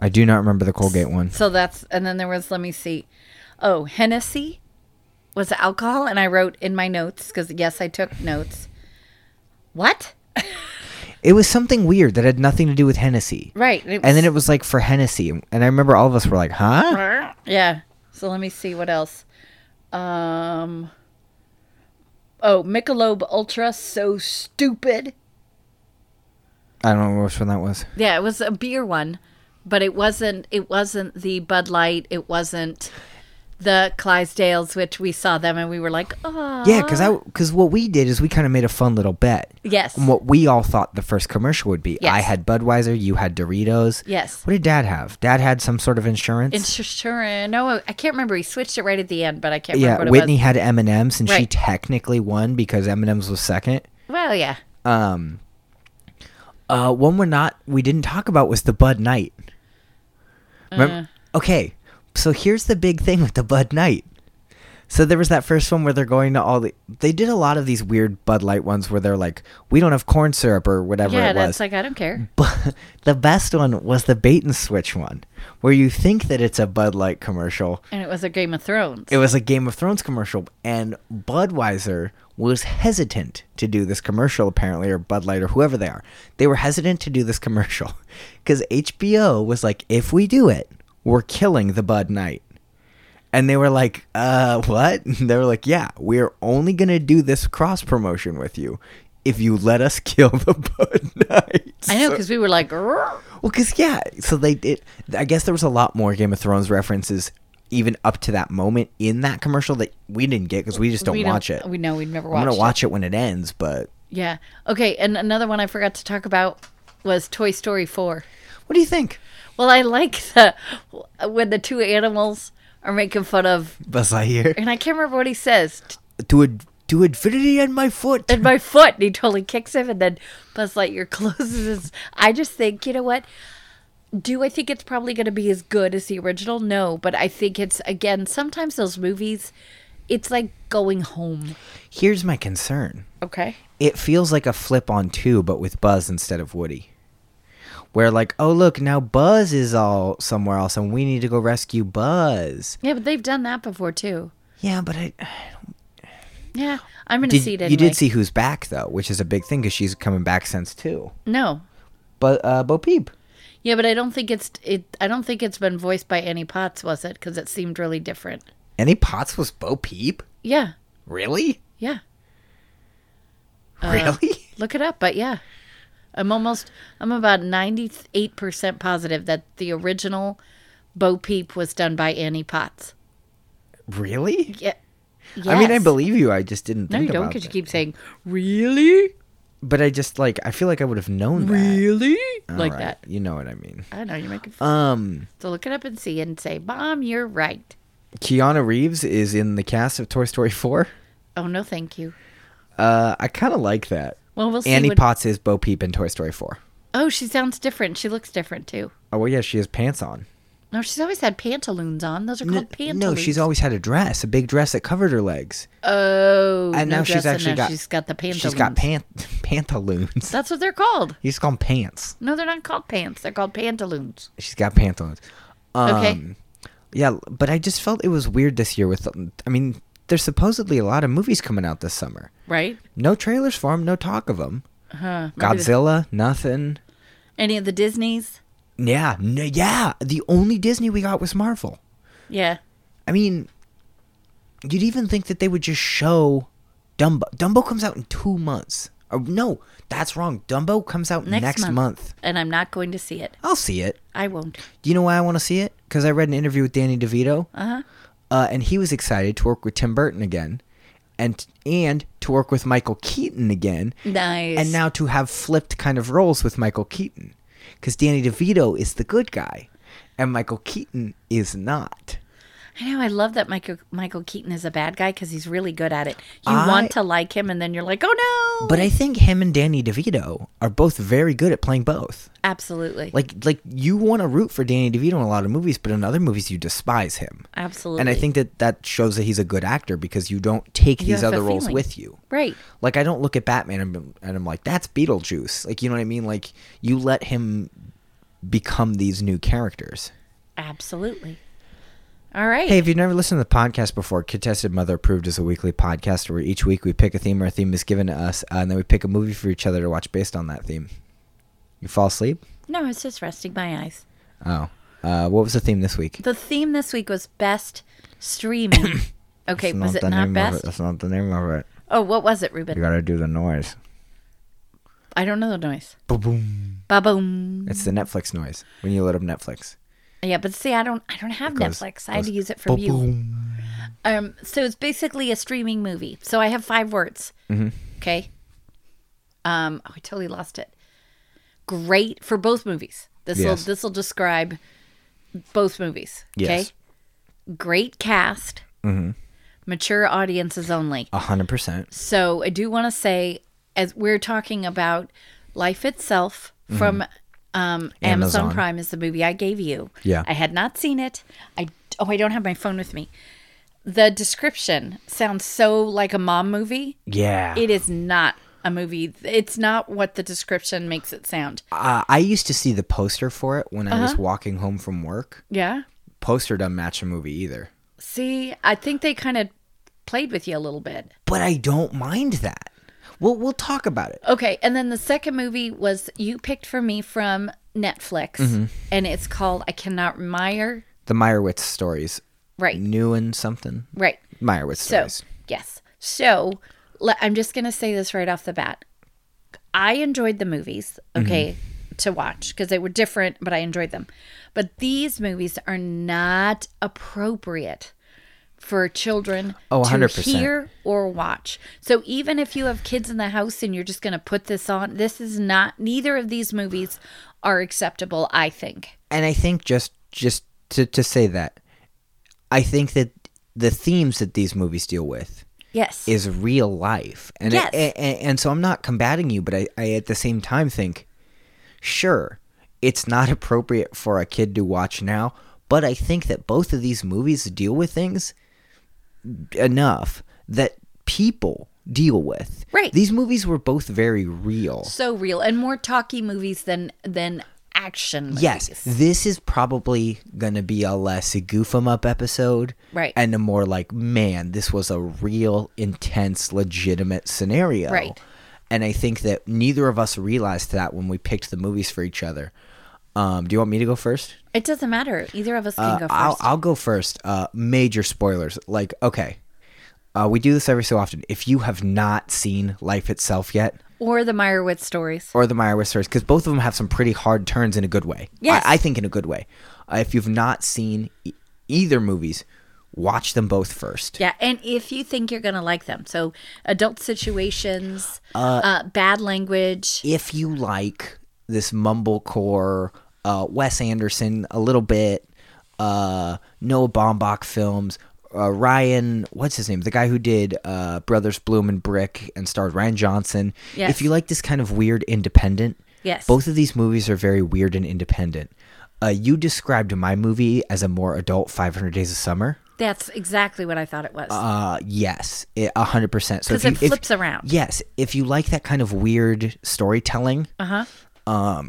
Speaker 1: I do not remember the Colgate one.
Speaker 2: So that's and then there was let me see. Oh, Hennessy was alcohol and I wrote in my notes cuz yes, I took notes. What?
Speaker 1: It was something weird that had nothing to do with Hennessy.
Speaker 2: Right.
Speaker 1: And then it was like for Hennessy, and I remember all of us were like, "Huh?"
Speaker 2: was Yeah. So let me see what else. Um Oh, Michelob Ultra so stupid.
Speaker 1: I don't know which one that was.
Speaker 2: Yeah, it was a beer one, but it wasn't it wasn't the Bud Light, it wasn't the Clydesdales which we saw them and we were like, "Oh."
Speaker 1: Yeah, because I because what we did is we kind of made a fun little bet.
Speaker 2: Yes.
Speaker 1: On What we all thought the first commercial would be.
Speaker 2: Yes.
Speaker 1: I had Budweiser, you had Doritos.
Speaker 2: Yes.
Speaker 1: What did Dad have? Dad had some sort of insurance.
Speaker 2: Insurance. No, I can't remember. He switched it right at the end, but I can't
Speaker 1: yeah,
Speaker 2: remember what
Speaker 1: Whitney
Speaker 2: it
Speaker 1: had M and M's, and she
Speaker 2: Right.
Speaker 1: technically won because M and M's was second.
Speaker 2: was. Well, yeah.
Speaker 1: Um, uh, one we're not we didn't talk about was the Bud Knight. Remem-
Speaker 2: Uh.
Speaker 1: okay, so here's the big thing with the Bud Knight. So there was that first one where they're going to all the. They did a lot of these weird Bud Light ones where they're like, "We don't have corn syrup" or whatever
Speaker 2: Yeah,
Speaker 1: it was.
Speaker 2: that's like I don't care.
Speaker 1: But the best one was the bait and switch one, where you think that it's a Bud Light commercial.
Speaker 2: And it was a Game of Thrones.
Speaker 1: It was a Game of Thrones commercial, and Budweiser was hesitant to do this commercial, apparently, or Bud Light, or whoever they are. They were hesitant to do this commercial because HBO was like, if we do it, we're killing the Bud Night. And they were like, uh, what? And they were like, yeah, we're only going to do this cross promotion with you if you let us kill the Bud Night.
Speaker 2: I know
Speaker 1: So-
Speaker 2: because we were like, "Grrr."
Speaker 1: well, because yeah, so they did. I guess there was a lot more Game of Thrones references even up to that moment in that commercial that we didn't get because we just don't
Speaker 2: we
Speaker 1: watch it.
Speaker 2: We know we'd never
Speaker 1: I'm
Speaker 2: watched.
Speaker 1: gonna
Speaker 2: it.
Speaker 1: watch it when it ends, but
Speaker 2: Yeah. Okay. And another one I forgot to talk about was Toy Story Four.
Speaker 1: what do you think?
Speaker 2: Well, I like the when the two animals are making fun of,
Speaker 1: Buzz Lightyear
Speaker 2: and I can't remember what he says. T-
Speaker 1: to ad- to infinity and my foot.
Speaker 2: And my foot, and he totally kicks him, and then Buzz Lightyear closes his. I just think, you know what? Do I think it's probably going to be as good as the original? No, but I think it's again. Sometimes those movies, it's like going home.
Speaker 1: Here's my concern.
Speaker 2: Okay.
Speaker 1: It feels like a flip on two, but with Buzz instead of Woody. Where like, oh look, now Buzz is all somewhere else, and we need to go rescue Buzz.
Speaker 2: Yeah, but they've done that before too.
Speaker 1: Yeah, but I.
Speaker 2: Yeah, I'm going to
Speaker 1: Did,
Speaker 2: see it anyway.
Speaker 1: You did see who's back though, which is a big thing because she's coming back since two.
Speaker 2: No.
Speaker 1: But uh, Bo Peep.
Speaker 2: Yeah, but I don't think it's it. I don't think it's been voiced by Annie Potts, was it? Because it seemed really different.
Speaker 1: Annie Potts was Bo Peep?
Speaker 2: Yeah,
Speaker 1: Really?
Speaker 2: yeah. Uh,
Speaker 1: really?
Speaker 2: Look it up, but yeah. I'm almost I'm about 98% positive that the original Bo Peep was done by Annie Potts.
Speaker 1: Really?
Speaker 2: Yeah.
Speaker 1: I mean, I
Speaker 2: Yes.
Speaker 1: believe you. I just didn't
Speaker 2: No,
Speaker 1: think
Speaker 2: you don't
Speaker 1: about
Speaker 2: because you
Speaker 1: it.
Speaker 2: keep saying, "Really?
Speaker 1: But I just like I feel like I would have known that.
Speaker 2: Really?" like
Speaker 1: Alright,
Speaker 2: that.
Speaker 1: You know what I mean.
Speaker 2: I know you're making fun.
Speaker 1: Um,
Speaker 2: so look it up and see and say, "Mom, you're right."
Speaker 1: Keanu Reeves is in the cast of Toy Story 4.
Speaker 2: Oh, no, thank you.
Speaker 1: Uh, I kind of like that.
Speaker 2: Well, we'll see
Speaker 1: Annie
Speaker 2: what-
Speaker 1: Potts is Bo Peep in Toy Story 4.
Speaker 2: Oh, she sounds different. She looks different too.
Speaker 1: Oh well, yeah, she has pants on.
Speaker 2: No, she's always had pantaloons on. Those are called pantaloons.
Speaker 1: No, she's always had a dress, a big dress that covered her legs.
Speaker 2: Oh,
Speaker 1: And
Speaker 2: no
Speaker 1: now she's
Speaker 2: dress in
Speaker 1: actually
Speaker 2: there.
Speaker 1: got
Speaker 2: she's got the pantaloons.
Speaker 1: She's got pant pantaloons.
Speaker 2: That's what they're called.
Speaker 1: He's called pants.
Speaker 2: No, they're not called pants. They're called pantaloons.
Speaker 1: She's got pantaloons. Um,
Speaker 2: Okay.
Speaker 1: Yeah, but I just felt it was weird this year. With I mean, there's supposedly a lot of movies coming out this summer.
Speaker 2: Right?
Speaker 1: No trailers for them. No talk of them.
Speaker 2: Huh. Maybe the-
Speaker 1: Godzilla, nothing.
Speaker 2: Any of the Disneys?
Speaker 1: Yeah, no, yeah. The only Disney we got was Marvel.
Speaker 2: Yeah.
Speaker 1: I mean, you'd even think that they would just show Dumbo. Dumbo comes out in two months. Or, no, that's wrong. Dumbo comes out next,
Speaker 2: Next,
Speaker 1: month.
Speaker 2: And I'm not going to see it.
Speaker 1: I'll see it.
Speaker 2: I won't.
Speaker 1: Do you know why I want to see it? Because I read an interview with Danny DeVito,
Speaker 2: Uh-huh.
Speaker 1: uh, and he was excited to work with Tim Burton again, and and to work with Michael Keaton again,
Speaker 2: Nice.
Speaker 1: and now to have flipped kind of roles with Michael Keaton, because Danny DeVito is the good guy, and Michael Keaton is not.
Speaker 2: I know. I love that Michael Michael Keaton is a bad guy because he's really good at it. You
Speaker 1: I-
Speaker 2: want to like him, and then you're like, oh no.
Speaker 1: But I think him and Danny DeVito are both very good at playing both.
Speaker 2: absolutely,
Speaker 1: Like like you want to root for Danny DeVito in a lot of movies, but in other movies you despise him.
Speaker 2: absolutely.
Speaker 1: And I think that that shows that he's a good actor because you don't take these
Speaker 2: have a
Speaker 1: other roles
Speaker 2: feeling.
Speaker 1: with you.
Speaker 2: right.
Speaker 1: Like I don't look at Batman and, and I'm like that's Beetlejuice. Like you know what I mean? Like you let him become these new characters.
Speaker 2: Absolutely. All right.
Speaker 1: Hey, if you've never listened to the podcast before, Contested Mother Approved is a weekly podcast where each week we pick a theme or a theme is given to us, uh, and then we pick a movie for each other to watch based on that theme. You fall asleep?
Speaker 2: No, it's just resting my eyes.
Speaker 1: Oh. Uh, what was the theme this week?
Speaker 2: The theme this week was best streaming. okay, was it
Speaker 1: the
Speaker 2: not
Speaker 1: name Of
Speaker 2: best?
Speaker 1: it. That's not the name of it.
Speaker 2: Oh, what was it,
Speaker 1: You
Speaker 2: Ruben?
Speaker 1: gotta do the noise.
Speaker 2: I don't know the noise.
Speaker 1: Boom.
Speaker 2: Ba boom.
Speaker 1: It's the Netflix noise when you load up Netflix.
Speaker 2: Yeah, but see, I don't, I don't have
Speaker 1: goes-
Speaker 2: Netflix. I had
Speaker 1: goes
Speaker 2: to use it from you.
Speaker 1: Boom.
Speaker 2: Um, so it's basically a streaming movie. So I have five words.
Speaker 1: Mm-hmm.
Speaker 2: Okay. Um, oh, I totally lost it. Great for both movies. This will,
Speaker 1: Yes.
Speaker 2: this will describe both movies. Okay.
Speaker 1: Yes. Mm-hmm.
Speaker 2: Great cast. Mature audiences only.
Speaker 1: A hundred percent.
Speaker 2: So I do want to say, as we're talking about life itself from um, Amazon.
Speaker 1: Mm-hmm. Amazon.
Speaker 2: Prime is the movie I gave you.
Speaker 1: Yeah.
Speaker 2: I had not seen it. I oh I don't have my phone with me. The description sounds so like a mom movie.
Speaker 1: Yeah.
Speaker 2: It is not a movie. It's not what the description makes it sound.
Speaker 1: uh, I used to see the poster for it when I
Speaker 2: Uh-huh.
Speaker 1: was walking home from work.
Speaker 2: Yeah.
Speaker 1: Poster doesn't match a movie either.
Speaker 2: See, I think they kind of played with you a little bit.
Speaker 1: But I don't mind that. We'll we'll talk about it.
Speaker 2: Okay, and then the second movie was you picked for me from Netflix, and it's called I Cannot Mire.
Speaker 1: The Meyerowitz stories.
Speaker 2: Right,
Speaker 1: New and something.
Speaker 2: right.
Speaker 1: Meyerowitz
Speaker 2: So
Speaker 1: stories.
Speaker 2: yes, so le- I'm just gonna say this right off the bat. I enjoyed the movies,
Speaker 1: Mm-hmm.
Speaker 2: okay, to watch because they were different, but I enjoyed them. But these movies are not appropriate for children
Speaker 1: Oh, 100%.
Speaker 2: to hear or watch. So even if you have kids in the house and you're just going to put this on, this is not. Neither of these movies are acceptable. I think.
Speaker 1: and I think just just to to say that, I think that the themes that these movies deal with
Speaker 2: Yes.
Speaker 1: is real life, and
Speaker 2: Yes.
Speaker 1: and, and so I'm not combating you, but I, I at the same time think, sure, it's not appropriate for a kid to watch now, but I think that both of these movies deal with things enough that people deal with.
Speaker 2: Right.
Speaker 1: These movies were both very real.
Speaker 2: so real and more talky movies than than action. Movies.
Speaker 1: Yes, this is probably gonna be a less a goof 'em up episode,
Speaker 2: Right.
Speaker 1: And a more like, man, this was a real intense, legitimate scenario,
Speaker 2: Right.
Speaker 1: And I think that neither of us realized that when we picked the movies for each other. Um, do you want me to go first?
Speaker 2: It doesn't matter. Either of us can go 1st
Speaker 1: Uh, I'll, I'll go first. Uh, major spoilers. Like, okay, uh, we do this every so often. If you have not seen Life itself yet,
Speaker 2: or the Meyerowitz stories.
Speaker 1: or the Meyerowitz stories because both of them have some pretty hard turns in a good way.
Speaker 2: Yes.
Speaker 1: I, I think in a good way. Uh, if you've not seen e- either movies, watch them both first.
Speaker 2: Yeah, and if you think you're going to like them. So, adult situations, uh, bad language.
Speaker 1: If you like this mumblecore, uh, Wes Anderson a little bit, uh, Noah Baumbach films, uh, Ryan, what's his name? The guy who did uh, Brothers Bloom and Brick and starred Ryan Johnson.
Speaker 2: Yes.
Speaker 1: If you like this kind of weird independent,
Speaker 2: Yes.
Speaker 1: both of these movies are very weird and independent. Uh, you described my movie as a more adult 500 Days of Summer.
Speaker 2: That's exactly what I thought it was.
Speaker 1: Uh, yes, it, 100%. So if
Speaker 2: Because
Speaker 1: you,
Speaker 2: it
Speaker 1: if-
Speaker 2: flips around.
Speaker 1: yes, if you like that kind of weird storytelling, um,
Speaker 2: Uh huh.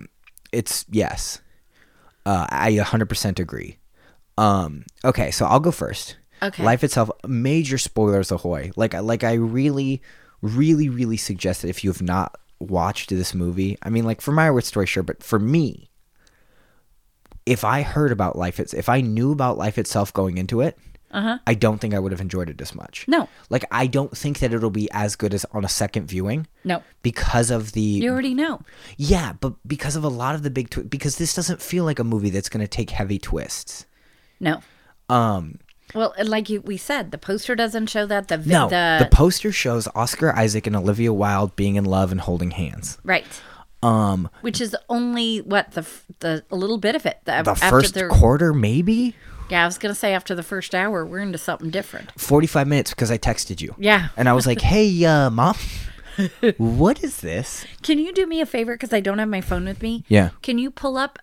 Speaker 1: it's yes. Uh, I 100% agree. Um, okay, so I'll go first.
Speaker 2: Okay.
Speaker 1: Life itself, major spoilers ahoy. Like, I- like I really, really, really suggest that if you have not watched this movie, I mean, like for my weird story, sure, but for me, if I heard about life, it's if I knew about life itself going into it, uh-huh. I don't think I would have enjoyed it as much.
Speaker 2: No.
Speaker 1: Like, I don't think that it'll be as good as on a second viewing
Speaker 2: No.
Speaker 1: because of the
Speaker 2: You already know.
Speaker 1: yeah, but because of a lot of the big twi- because this doesn't feel like a movie that's going to take heavy twists.
Speaker 2: No.
Speaker 1: Um,
Speaker 2: Well, and like you, we said, the poster doesn't show that. The vi-
Speaker 1: no, the,
Speaker 2: the,
Speaker 1: poster shows Oscar Isaac and Olivia Wilde being in love and holding hands.
Speaker 2: right,
Speaker 1: Um,
Speaker 2: which is only what the f- the a little bit of it. The,
Speaker 1: the
Speaker 2: after
Speaker 1: first
Speaker 2: their-
Speaker 1: quarter, maybe
Speaker 2: yeah, I was gonna say after the first hour, we're into something different.
Speaker 1: forty-five minutes because I texted you.
Speaker 2: Yeah.
Speaker 1: and I was like, "Hey, uh, mom, what is this?"
Speaker 2: Can you do me a favor because I don't have my phone with me?
Speaker 1: Yeah.
Speaker 2: Can you pull up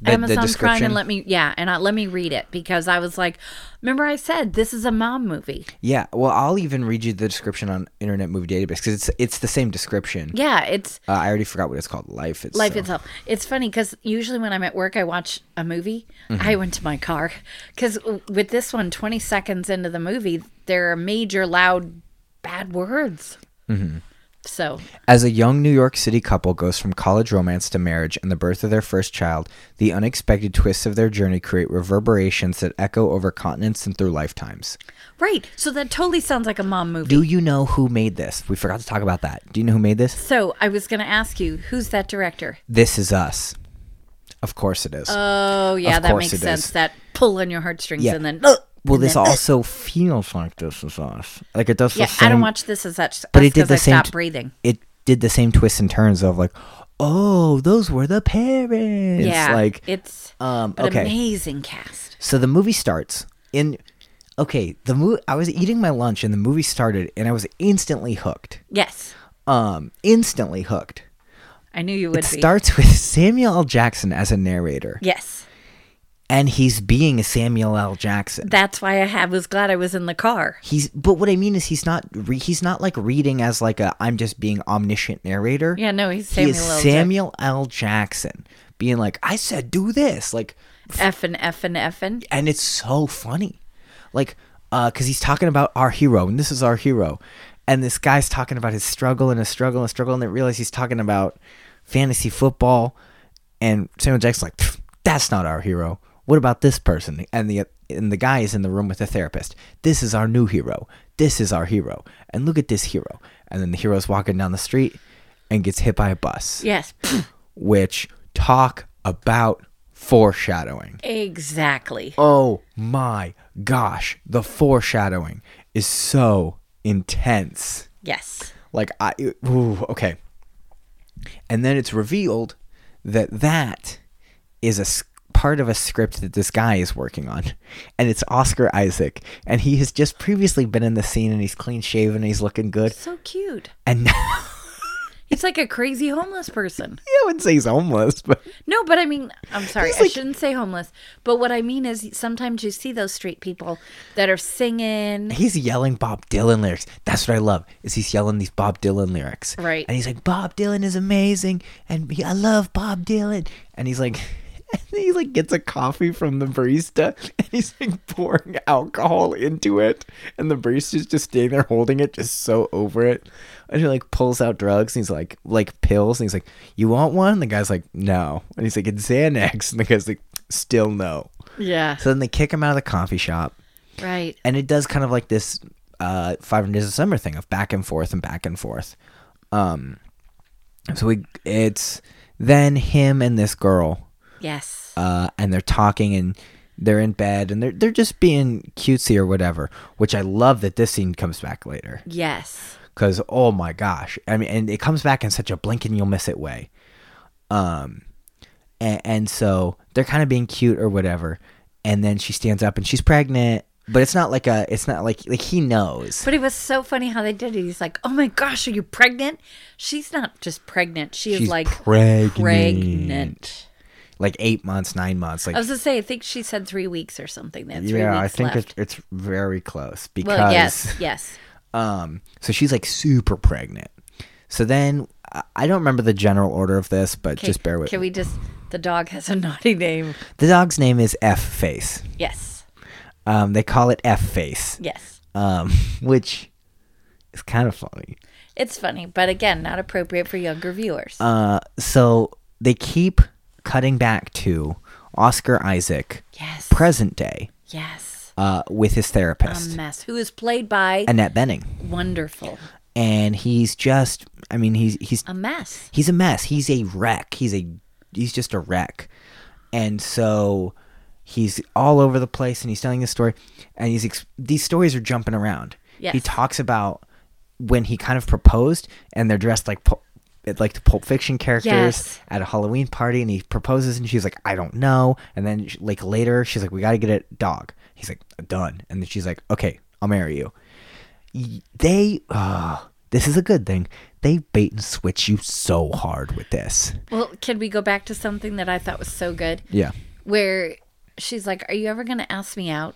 Speaker 1: The- the
Speaker 2: Amazon Prime
Speaker 1: description?
Speaker 2: and let me yeah, and I, let me read it because I was like, remember I said this is a mom movie.
Speaker 1: Yeah, well, I'll even read you the description on Internet Movie Database because it's it's the same description.
Speaker 2: Yeah, it's
Speaker 1: Uh, I already forgot what it's called. Life itself.
Speaker 2: life itself. It's funny because usually when I'm at work, I watch a movie.
Speaker 1: Mm-hmm.
Speaker 2: I went to my car because with this one, 20 seconds into the movie, there are major loud bad words.
Speaker 1: Mm-hmm.
Speaker 2: So
Speaker 1: As a young New York City couple goes from college romance to marriage and the birth of their first child, the unexpected twists of their journey create reverberations that echo over continents and through lifetimes.
Speaker 2: right, so that totally sounds like a mom movie.
Speaker 1: Do you know who made this? We forgot to talk about that. Do you know who made this?
Speaker 2: so I was going to ask you, who's that director?
Speaker 1: This is us. Of course it is.
Speaker 2: Oh yeah, that
Speaker 1: course
Speaker 2: makes
Speaker 1: it is.
Speaker 2: sense. That pull on your heartstrings
Speaker 1: Yeah.
Speaker 2: and then
Speaker 1: well,
Speaker 2: and
Speaker 1: this
Speaker 2: then,
Speaker 1: also feels like this is us. Like it does
Speaker 2: yeah.
Speaker 1: the same.
Speaker 2: I don't watch this as such,
Speaker 1: but it did the
Speaker 2: I
Speaker 1: same.
Speaker 2: stopped
Speaker 1: t-
Speaker 2: breathing.
Speaker 1: It did the same twists and turns of like, oh, those were the parents.
Speaker 2: yeah,
Speaker 1: Like
Speaker 2: it's
Speaker 1: um,
Speaker 2: but
Speaker 1: okay.
Speaker 2: amazing cast.
Speaker 1: So the movie starts in okay, the mo- I was eating my lunch and the movie started and I was instantly hooked.
Speaker 2: Yes,
Speaker 1: Um instantly hooked.
Speaker 2: I knew you would
Speaker 1: It
Speaker 2: be.
Speaker 1: starts with Samuel L. Jackson as a narrator
Speaker 2: yes,
Speaker 1: and he's being Samuel L. Jackson.
Speaker 2: that's why I had, was glad I was in the car.
Speaker 1: He's but what I mean is he's not re- he's not like reading as like a I'm just being omniscient narrator.
Speaker 2: Yeah, no, he's
Speaker 1: he
Speaker 2: Samuel.
Speaker 1: is
Speaker 2: L. Jack-
Speaker 1: Samuel L. Jackson being like I said do this like
Speaker 2: F and F and F and
Speaker 1: and it's so funny like uh because he's talking about our hero and this is our hero and this guy's talking about his struggle and his struggle and struggle and they realize he's talking about fantasy football and samuel jackson's like "Pfft, that's not our hero what about this person and the and the guy is in the room with the therapist this is our new hero this is our hero and look at this hero and then the hero's walking down the street and gets hit by a bus
Speaker 2: yes,
Speaker 1: which talk about foreshadowing
Speaker 2: exactly.
Speaker 1: Oh my gosh, the foreshadowing is so intense.
Speaker 2: Yes,
Speaker 1: Like I it- ooh, okay. And then it's revealed that that is a s- part of a script that this guy is working on. And it's Oscar Isaac and he has just previously been in the scene and he's clean shaven and he's looking good.
Speaker 2: so cute.
Speaker 1: And now
Speaker 2: He's like a crazy homeless person.
Speaker 1: I wouldn't say he's homeless, but
Speaker 2: No, but I mean, I'm sorry,
Speaker 1: He's
Speaker 2: I
Speaker 1: like-
Speaker 2: shouldn't say homeless. But what I mean is, sometimes you see those street people that are singing.
Speaker 1: he's yelling Bob Dylan lyrics. That's what I love. Is he's yelling these Bob Dylan lyrics.
Speaker 2: Right.
Speaker 1: And he's like, Bob Dylan is amazing, and he, I love Bob Dylan. And he's like, and he like gets a coffee from the barista, and he's like pouring alcohol into it, and the barista's just standing there holding it, just so over it. And he like pulls out drugs, and he's like, like pills, and he's like, you want one? And the guy's like, no. And he's like, it's Xanax, and the guy's like, still no.
Speaker 2: Yeah.
Speaker 1: So then they kick him out of the coffee shop
Speaker 2: Right.
Speaker 1: and it does kind of like this uh, Five Hundred Days of Summer thing of back and forth and back and forth. Um, so we it's then him and this girl,
Speaker 2: Yes.
Speaker 1: uh, and they're talking and they're in bed and they're they're just being cutesy or whatever. Which I love that this scene comes back later
Speaker 2: Yes.
Speaker 1: because oh my gosh, I mean, and it comes back in such a blink and you'll miss it way. Um, and, and so they're kind of being cute or whatever, and then she stands up and she's pregnant, but it's not like a, it's not like like he knows.
Speaker 2: But it was so funny how they did it. He's like, "Oh my gosh, are you pregnant?" She's not just pregnant. She is
Speaker 1: She's
Speaker 2: like
Speaker 1: pregnant.
Speaker 2: pregnant.
Speaker 1: like eight months, nine months. Like
Speaker 2: I was gonna say, I think she said three weeks or something. That's three
Speaker 1: yeah, I
Speaker 2: weeks
Speaker 1: think
Speaker 2: left.
Speaker 1: it, it's very close because
Speaker 2: well, yes, yes.
Speaker 1: um, so she's like super pregnant. So then I- I don't remember the general order of this, but
Speaker 2: Okay,
Speaker 1: just bear with
Speaker 2: Can
Speaker 1: me.
Speaker 2: we just? The dog has a naughty name.
Speaker 1: The dog's name is F Face.
Speaker 2: Yes,
Speaker 1: Um, they call it F Face,
Speaker 2: yes.
Speaker 1: um, which is kind of funny.
Speaker 2: It's funny, but again, not appropriate for younger viewers.
Speaker 1: Uh, so they keep cutting back to Oscar Isaac,
Speaker 2: yes,
Speaker 1: present day,
Speaker 2: yes.
Speaker 1: uh, with his
Speaker 2: A
Speaker 1: therapist,
Speaker 2: mess. Who is played by
Speaker 1: Annette Benning.
Speaker 2: wonderful?
Speaker 1: And he's just, I mean, he's, he's
Speaker 2: A mess.
Speaker 1: he's a mess. He's a wreck. He's a he's just a wreck. And so he's all over the place and he's telling this story and he's ex- these stories are jumping around.
Speaker 2: Yes.
Speaker 1: He talks about when he kind of proposed and they're dressed like pul- like the Pulp Fiction characters
Speaker 2: Yes.
Speaker 1: at a Halloween party and he proposes and she's like I don't know and then sh- like later she's like we got to get a dog. He's like done and then she's like okay, I'll marry you they uh, this is a good thing they bait and switch you so hard with this
Speaker 2: Well, can we go back to something that I thought was so good?
Speaker 1: yeah
Speaker 2: Where she's like, "Are you ever gonna ask me out?"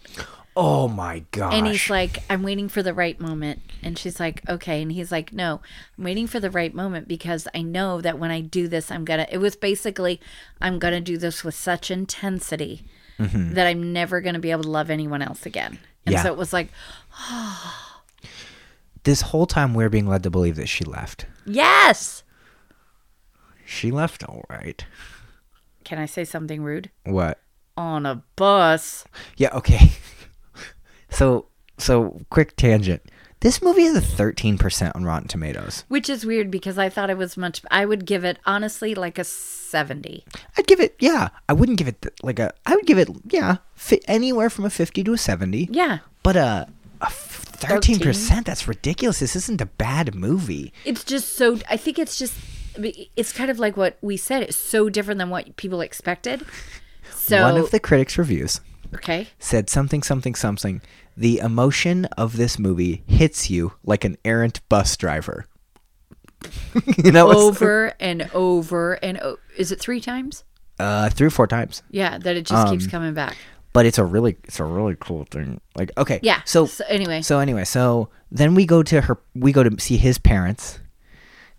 Speaker 1: oh my gosh
Speaker 2: And he's like, I'm waiting for the right moment. And she's like, okay. And he's like, no, I'm waiting for the right moment because I know that when I do this, I'm going to, it was basically, I'm going to do this with such intensity that I'm never going to be able to love anyone else again. And
Speaker 1: Mm-hmm. Yeah.
Speaker 2: so it was like,
Speaker 1: this whole time we're being led to believe that she left
Speaker 2: yes.
Speaker 1: she left all right
Speaker 2: Can I say something rude?
Speaker 1: what
Speaker 2: On a bus.
Speaker 1: yeah okay so so quick tangent this movie has a 13% on rotten tomatoes
Speaker 2: Which is weird because I thought it was much, I would give it honestly like a 70.
Speaker 1: i'd give it yeah i wouldn't give it th- like a i would give it yeah fi- anywhere from a 50 to a 70
Speaker 2: Yeah.
Speaker 1: but a, a f- 13% that's ridiculous this isn't a bad movie
Speaker 2: It's just so. I think it's just. It's kind of like what we said. It's so different than what people expected. So
Speaker 1: One of the critics' reviews
Speaker 2: okay,
Speaker 1: said something, something, something. The emotion of this movie hits you like an errant bus driver. you know, it's-
Speaker 2: over and over and o- is it three times?
Speaker 1: uh, three or four times.
Speaker 2: Yeah, that it just
Speaker 1: Um,
Speaker 2: keeps coming back.
Speaker 1: But it's a really, it's a really cool thing. Like, okay,
Speaker 2: Yeah.
Speaker 1: So,
Speaker 2: so anyway,
Speaker 1: so anyway, so then we go to her. We go to see his parents.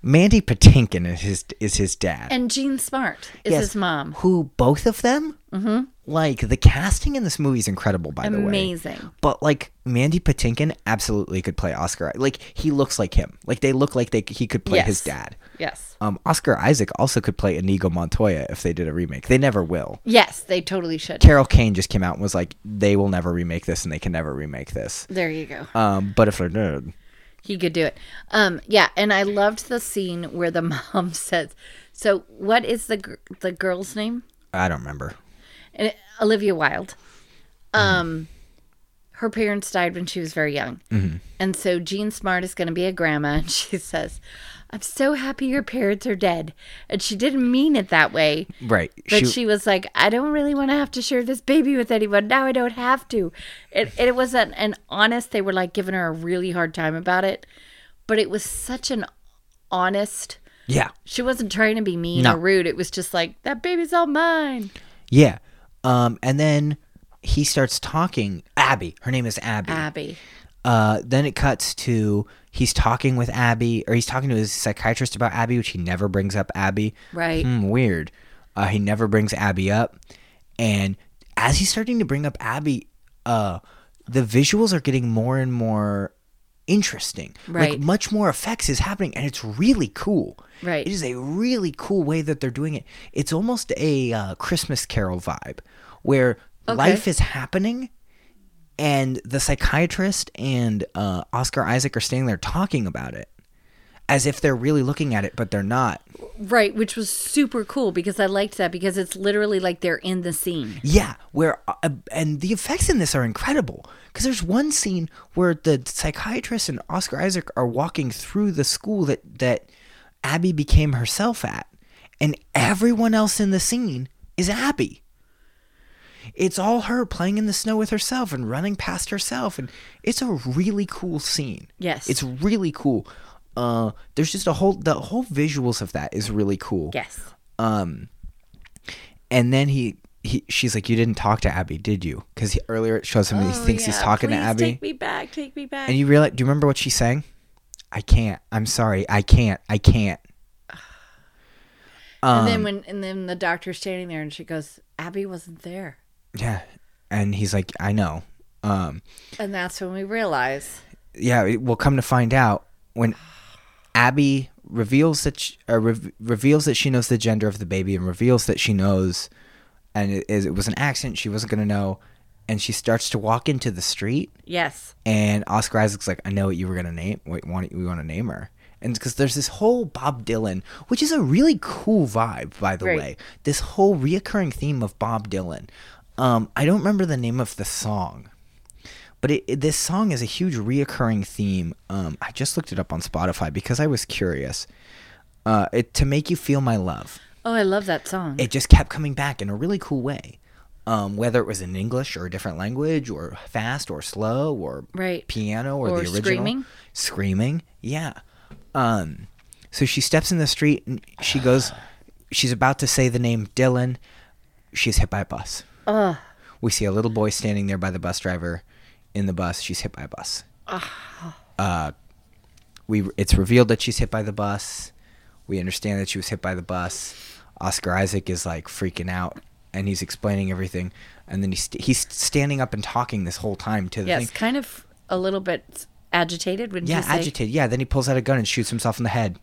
Speaker 1: Mandy Patinkin is his is his dad.
Speaker 2: and um, Jean Smart is
Speaker 1: Yes,
Speaker 2: his mom.
Speaker 1: Who both of them? Mm-hmm. Like the casting in this movie is incredible. By the way,
Speaker 2: Amazing.
Speaker 1: But like Mandy Patinkin absolutely could play Oscar. Like he looks like him. Like they look like they he could play his
Speaker 2: Yes.
Speaker 1: dad.
Speaker 2: Yes.
Speaker 1: Um, Oscar Isaac also could play Inigo Montoya if they did a remake. They never will.
Speaker 2: Yes, they totally should.
Speaker 1: Carol Kane just came out and was like, they will never remake this and they can never remake this.
Speaker 2: There you go.
Speaker 1: Um, but if they're nerd,
Speaker 2: He could do it. Um, yeah, and I loved the scene where the mom says, "So what is the gr- the girl's name?"
Speaker 1: I don't remember.
Speaker 2: and Olivia Wilde. Um, her parents died when she was very young,
Speaker 1: Mm-hmm.
Speaker 2: and so Jean Smart is going to be a grandma, and she says, "I'm so happy your parents are dead," and she didn't mean it that way.
Speaker 1: Right.
Speaker 2: But she,
Speaker 1: She,
Speaker 2: was like, I don't really want to have to share this baby with anyone. Now I don't have to. It, it was an, an honest, they were like giving her a really hard time about it. But it was such an honest,
Speaker 1: yeah.
Speaker 2: she wasn't trying to be mean
Speaker 1: No.
Speaker 2: or rude. It was just like, that baby's all mine.
Speaker 1: Yeah. Um, and then he starts talking. Abby. Her name is Abby.
Speaker 2: Abby.
Speaker 1: Uh, then it cuts to he's talking with Abby, or he's talking to his psychiatrist about Abby, which he never brings up Abby.
Speaker 2: Right.
Speaker 1: Hmm, weird. Uh, he never brings Abby up. And as he's starting to bring up Abby, uh, the visuals are getting more and more interesting. Like
Speaker 2: Right.
Speaker 1: much more effects is happening, and it's really cool.
Speaker 2: Right.
Speaker 1: It is a really cool way that they're doing it. It's almost a uh, Christmas Carol vibe, where life is happening and the psychiatrist and uh, Oscar Isaac are standing there talking about it as if they're really looking at it, but they're not.
Speaker 2: Right, which was super cool because I liked that because it's literally like they're in the scene.
Speaker 1: Yeah, where uh, and the effects in this are incredible because there's one scene where the psychiatrist and Oscar Isaac are walking through the school that that Abby became herself at, and everyone else in the scene is Abby. It's all her playing in the snow with herself and running past herself, and it's a really cool scene.
Speaker 2: Yes.
Speaker 1: it's really cool. Uh, there's just a whole the whole visuals of that is really cool
Speaker 2: Yes.
Speaker 1: and then he, he she's like, "You didn't talk to Abby, did you?" Because earlier it shows him he thinks he's talking to Abby,
Speaker 2: Oh, Take me back. Take me back.
Speaker 1: and you realize. Do you remember what she sang? I can't. I'm sorry. I can't. I can't.
Speaker 2: and
Speaker 1: um,
Speaker 2: then when and then the doctor's standing there and she goes, Abby wasn't there.
Speaker 1: Yeah, and he's like, "I know." Um,
Speaker 2: And that's when we realize
Speaker 1: yeah, it- we'll come to find out when Abby reveals that she, uh, re- reveals that she knows the gender of the baby and reveals that she knows, and it, is, it was an accident. She wasn't gonna know, and she starts to walk into the street,
Speaker 2: yes.
Speaker 1: and Oscar Isaac's like, "I know what you were gonna name. What you want we want to name her?" And because there's this whole Bob Dylan, which is a really cool vibe, by the
Speaker 2: Right.
Speaker 1: way. This whole reoccurring theme of Bob Dylan. Um, I don't remember the name of the song, but it, it- this song is a huge reoccurring theme. Um, I just looked it up on Spotify because I was curious. Uh, it to make you feel my love.
Speaker 2: Oh, I love that song.
Speaker 1: It just kept coming back in a really cool way. Um, whether it was in English or a different language, or fast or slow, or
Speaker 2: Right.
Speaker 1: piano, or,
Speaker 2: Or
Speaker 1: the original
Speaker 2: screaming.
Speaker 1: screaming, yeah. Um, so she steps in the street and she goes. She's about to say the name Dylan. She's hit by a bus.
Speaker 2: Ugh.
Speaker 1: We see a little boy standing there by the bus driver in the bus. She's hit by a bus. Uh, we it's revealed that she's hit by the bus. We understand that she was hit by the bus. Oscar Isaac is like freaking out and he's explaining everything and then he's st- he's standing up and talking this whole time to the
Speaker 2: yes,
Speaker 1: thing.
Speaker 2: kind of a little bit agitated when
Speaker 1: Yeah,
Speaker 2: you say,
Speaker 1: agitated. Yeah, then he pulls out a gun and shoots himself in the head.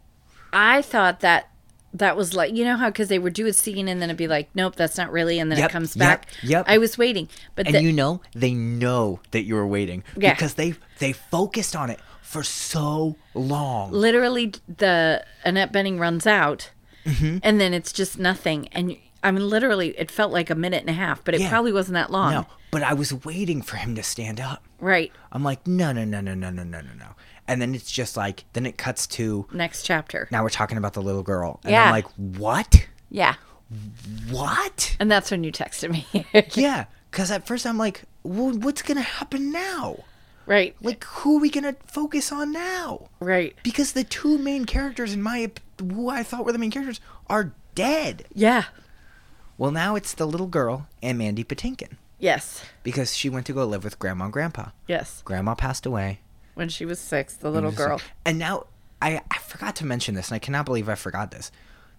Speaker 2: I thought that that was like you know how because they would do a scene and then it'd be like nope that's not really and then
Speaker 1: Yep,
Speaker 2: it comes
Speaker 1: yep,
Speaker 2: back.
Speaker 1: yep.
Speaker 2: I was waiting, but
Speaker 1: And
Speaker 2: the,
Speaker 1: you know, they know that you were waiting
Speaker 2: Yeah.
Speaker 1: because they they focused on it for so long.
Speaker 2: literally the Annette Benning runs out,
Speaker 1: Mm-hmm.
Speaker 2: and then it's just nothing. And you- I mean, literally, it felt like a minute and a half, but it
Speaker 1: Yeah.
Speaker 2: probably wasn't that long.
Speaker 1: No, but I was waiting for him to stand up.
Speaker 2: Right.
Speaker 1: I'm like, no, no, no, no, no, no, no, no, no. And then it's just like, then it cuts to
Speaker 2: Next chapter.
Speaker 1: now we're talking about the little girl, and
Speaker 2: Yeah.
Speaker 1: I'm like, what?
Speaker 2: Yeah.
Speaker 1: What?
Speaker 2: And that's when you texted me.
Speaker 1: yeah, because at first I'm like, well, what's gonna happen now?
Speaker 2: right.
Speaker 1: Like, who are we gonna focus on now?
Speaker 2: Right.
Speaker 1: Because the two main characters in my op- who I thought were the main characters are dead.
Speaker 2: Yeah.
Speaker 1: Well, now it's the little girl and Mandy Patinkin
Speaker 2: Yes.
Speaker 1: because she went to go live with grandma and grandpa.
Speaker 2: Yes.
Speaker 1: Grandma passed away.
Speaker 2: When she was six, the little girl.
Speaker 1: And now I, I forgot to mention this, and I cannot believe I forgot this.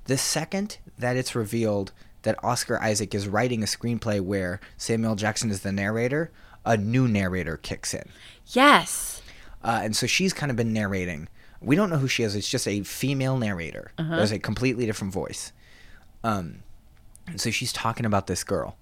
Speaker 1: The second that it's revealed that Oscar Isaac is writing a screenplay where Samuel Jackson is the narrator, a new narrator kicks in.
Speaker 2: Yes.
Speaker 1: Uh, and so she's kind of been narrating. We don't know who she is. It's just a female narrator.
Speaker 2: Uh-huh.
Speaker 1: There's a completely different voice. Um, and so she's talking about this girl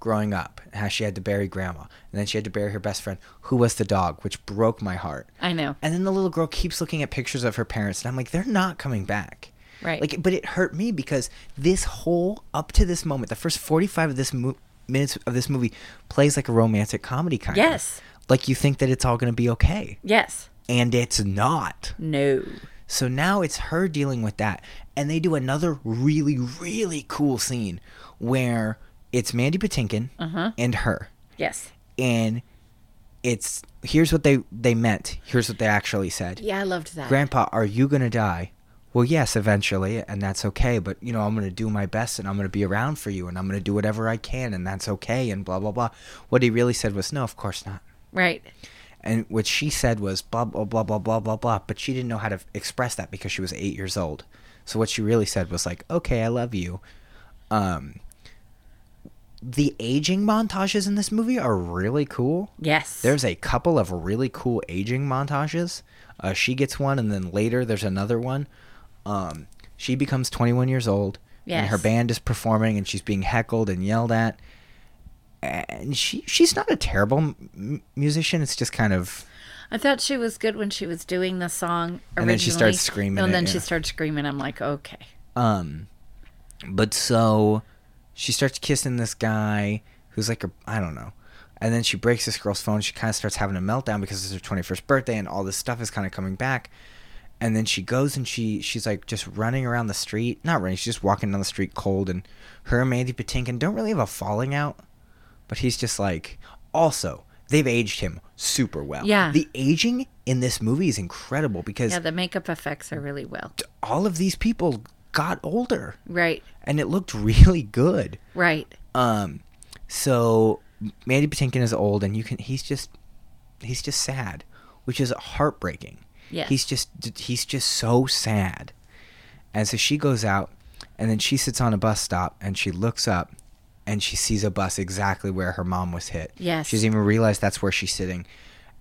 Speaker 1: growing up, how she had to bury grandma, and then she had to bury her best friend, who was the dog, which broke my heart.
Speaker 2: I know.
Speaker 1: And then the little girl keeps looking at pictures of her parents, and I'm like, they're not coming back.
Speaker 2: Right.
Speaker 1: Like, but it hurt me because this whole up to this moment, the first 45 of this mo- minutes of this movie plays like a romantic comedy kind of.
Speaker 2: Yes.
Speaker 1: Like you think that it's all going to be okay,
Speaker 2: Yes.
Speaker 1: and it's not.
Speaker 2: No.
Speaker 1: So now it's her dealing with that, and they do another really really cool scene where it's Mandy Patinkin and her
Speaker 2: Yes.
Speaker 1: and it's here's what they they meant. Here's what they actually said.
Speaker 2: Yeah, I loved that.
Speaker 1: Grandpa, are you going to die? Well, yes, eventually, and that's okay, but you know, I'm going to do my best and I'm going to be around for you and I'm going to do whatever I can and that's okay and blah blah blah. What he really said was, "No, of course not."
Speaker 2: right.
Speaker 1: And what she said was blah blah blah blah blah blah blah, but she didn't know how to express that because she was 8 years old. So what she really said was like, "Okay, I love you." Um the aging montages in this movie are really cool.
Speaker 2: Yes.
Speaker 1: There's a couple of really cool aging montages. Uh, she gets one, and then later there's another one. Um, she becomes 21 years old, and her
Speaker 2: Yes.
Speaker 1: band is performing, and she's being heckled and yelled at. And she she's not a terrible m- m- musician. It's just kind of
Speaker 2: I thought she was good when she was doing the song originally.
Speaker 1: And then she starts screaming
Speaker 2: And
Speaker 1: it,
Speaker 2: then she
Speaker 1: yeah.
Speaker 2: starts screaming. I'm like, okay.
Speaker 1: um, but so she starts kissing this guy who's like a I don't know. And then she breaks this girl's phone. She kind of starts having a meltdown because it's her 21st birthday and all this stuff is kind of coming back. And then she goes and she she's like just running around the street. Not running, she's just walking down the street cold. And her and Mandy Patinkin don't really have a falling out, but he's just like. Also, they've aged him super well.
Speaker 2: Yeah.
Speaker 1: The aging in this movie is incredible because
Speaker 2: Yeah, the makeup effects are really well.
Speaker 1: all of these people got older
Speaker 2: Right.
Speaker 1: and it looked really good.
Speaker 2: Right.
Speaker 1: Um, so Mandy Patinkin is old, and you can he's just he's just sad, which is heartbreaking.
Speaker 2: Yes.
Speaker 1: he's just he's just so sad, and so she goes out, and then she sits on a bus stop, and she looks up, and she sees a bus exactly where her mom was hit.
Speaker 2: Yes.
Speaker 1: she doesn't even realize that's where she's sitting,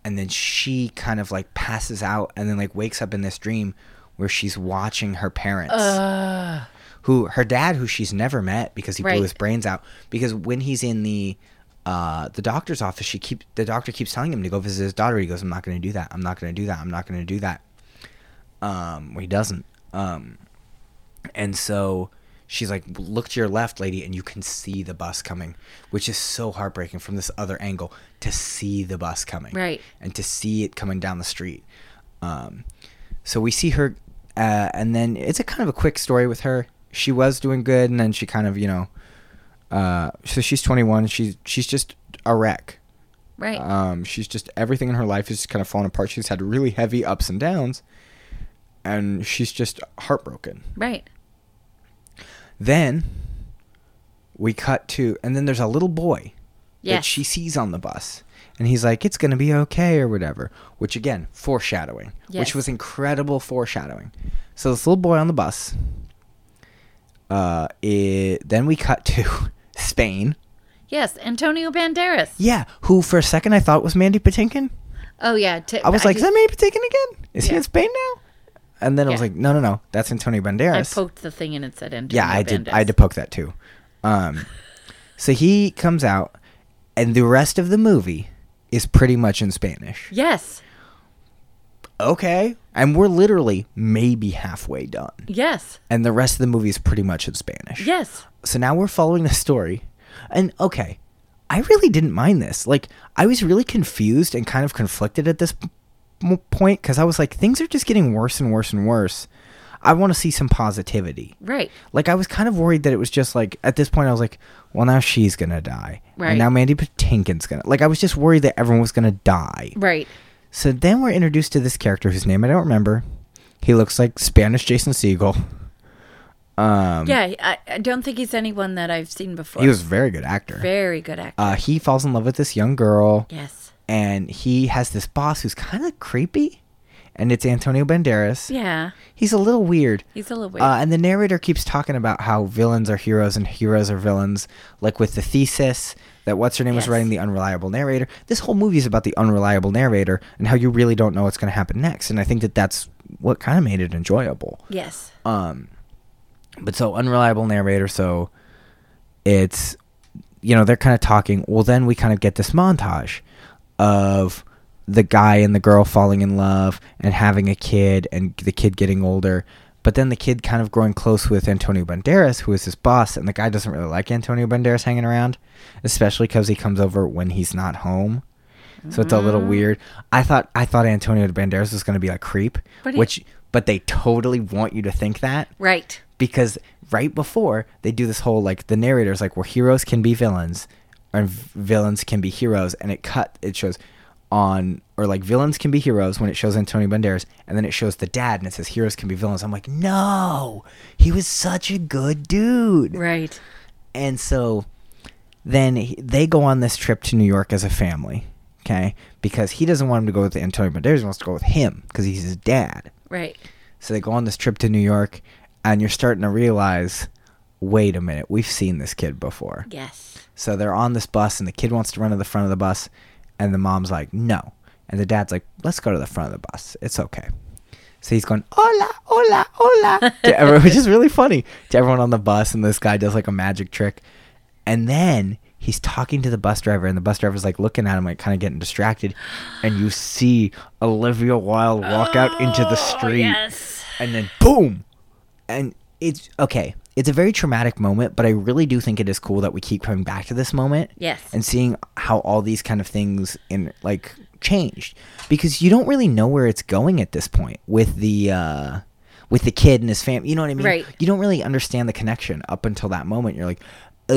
Speaker 1: and then she kind of like passes out, and then like wakes up in this dream where she's watching her parents
Speaker 2: Uh,
Speaker 1: who her dad who she's never met because he
Speaker 2: Right.
Speaker 1: blew his brains out because when he's in the uh, the doctor's office she keep the doctor keeps telling him to go visit his daughter he goes i'm not going to do that i'm not going to do that i'm not going to do that um well, he doesn't um and so she's like look to your left lady and you can see the bus coming which is so heartbreaking from this other angle to see the bus coming
Speaker 2: Right.
Speaker 1: and to see it coming down the street um so we see her, uh, and then it's a kind of a quick story with her. She was doing good, and then she kind of, you know, uh, so she's 21. She's she's just a wreck.
Speaker 2: Right.
Speaker 1: Um, she's just everything in her life is kind of falling apart. She's had really heavy ups and downs, and she's just heartbroken.
Speaker 2: right.
Speaker 1: Then we cut to, and then there's a little boy that
Speaker 2: Yes.
Speaker 1: she sees on the bus. And he's like, it's going to be okay or whatever, which again, foreshadowing, which
Speaker 2: Yes.
Speaker 1: was incredible foreshadowing. So this little boy on the bus, uh, it, then we cut to Spain.
Speaker 2: yes. Antonio Banderas.
Speaker 1: Yeah, who for a second I thought was Mandy Patinkin.
Speaker 2: Oh yeah. T-
Speaker 1: I was like, is
Speaker 2: just-
Speaker 1: that Mandy Patinkin again? Is he
Speaker 2: Yeah.
Speaker 1: in Spain now? And then I was
Speaker 2: Yeah.
Speaker 1: like, no, no, no, that's Antonio
Speaker 2: I
Speaker 1: Banderas.
Speaker 2: poked the thing and it said Antonio.
Speaker 1: Yeah, I did.
Speaker 2: Banderas.
Speaker 1: I had to poke that too. Um, so he comes out, and the rest of the movie is pretty much in Spanish.
Speaker 2: Yes.
Speaker 1: Okay, and we're literally maybe halfway done,
Speaker 2: Yes.
Speaker 1: and the rest of the movie is pretty much in Spanish.
Speaker 2: Yes.
Speaker 1: So now we're following the story, and okay, I really didn't mind this. Like I was really confused and kind of conflicted at this p- m- point because I was like, things are just getting worse and worse and worse. I want to see some positivity.
Speaker 2: Right.
Speaker 1: Like I was kind of worried that it was just like at this point I was like, well now she's gonna die,
Speaker 2: Right.
Speaker 1: And now Mandy Patinkin's gonna like I was just worried that everyone was gonna die.
Speaker 2: Right.
Speaker 1: So then we're introduced to this character whose name I don't remember. He looks like Spanish Jason Segel. Um,
Speaker 2: yeah. I, I don't think he's anyone that I've seen before.
Speaker 1: he was a very good actor.
Speaker 2: very good actor.
Speaker 1: uh, he falls in love with this young girl,
Speaker 2: yes.
Speaker 1: and he has this boss who's kind of creepy, and it's Antonio Banderas.
Speaker 2: Yeah.
Speaker 1: He's a little weird.
Speaker 2: He's a little weird.
Speaker 1: Uh, and the narrator keeps talking about how villains are heroes and heroes are villains, like with the thesis that what's her name was
Speaker 2: Yes.
Speaker 1: writing the unreliable narrator. This whole movie is about the unreliable narrator and how you really don't know what's going to happen next. And I think that that's what kind of made it enjoyable.
Speaker 2: yes.
Speaker 1: Um, but so unreliable narrator. So it's you know they're kind of talking. Well, then we kind of get this montage of the guy and the girl falling in love and having a kid, and the kid getting older. But then the kid kind of growing close with Antonio Banderas, who is his boss, and the guy doesn't really like Antonio Banderas hanging around, especially because he comes over when he's not home. So it's a little
Speaker 2: Mm.
Speaker 1: weird. I thought I thought Antonio Banderas was going to be a creep,
Speaker 2: But he-
Speaker 1: which but they totally want you to think that
Speaker 2: right.
Speaker 1: because right before they do this whole like the narrator's like well heroes can be villains and v- villains can be heroes and it cut it shows on or like villains can be heroes when it shows Antonio Banderas and then it shows the dad and it says heroes can be villains I'm like no he was such a good dude
Speaker 2: Right.
Speaker 1: and so then he- they go on this trip to New York as a family okay because he doesn't want him to go with Antonio Banderas he wants to go with him because he's his dad
Speaker 2: Right.
Speaker 1: so they go on this trip to New York, and you're starting to realize, wait a minute, we've seen this kid before.
Speaker 2: Yes.
Speaker 1: So they're on this bus, and the kid wants to run to the front of the bus, and the mom's like, no. And the dad's like, let's go to the front of the bus. It's okay. So he's going, hola, hola, hola, to everyone, which is really funny to everyone on the bus. And this guy does like a magic trick. And then he's talking to the bus driver, and the bus driver's like looking at him, like kind of getting distracted. And you see Olivia Wilde walk out into the street
Speaker 2: Yes.
Speaker 1: and then boom and it's okay it's a very traumatic moment but i really do think it is cool that we keep coming back to this moment
Speaker 2: Yes.
Speaker 1: and seeing how all these kind of things in like changed because you don't really know where it's going at this point with the uh with the kid and his family you know what i mean
Speaker 2: Right.
Speaker 1: you don't really understand the connection up until that moment you're like oh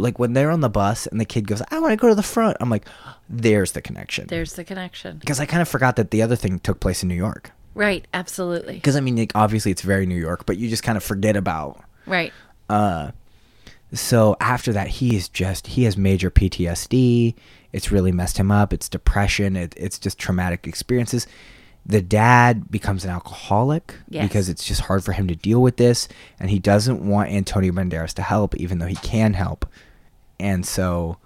Speaker 1: like when they're on the bus and the kid goes i want to go to the front i'm like there's the connection
Speaker 2: There's the connection.
Speaker 1: because i kind of forgot that the other thing took place in new york
Speaker 2: Right. Absolutely.
Speaker 1: Because I mean, like, obviously it's very New York, but you just kind of forget about.
Speaker 2: Right.
Speaker 1: Uh, So after that, he is just he has major PTSD. It's really messed him up. It's depression. It, it's just traumatic experiences. The dad becomes an alcoholic
Speaker 2: Yes.
Speaker 1: because it's just hard for him to deal with this, and he doesn't want Antonio Banderas to help, even though he can help. And so,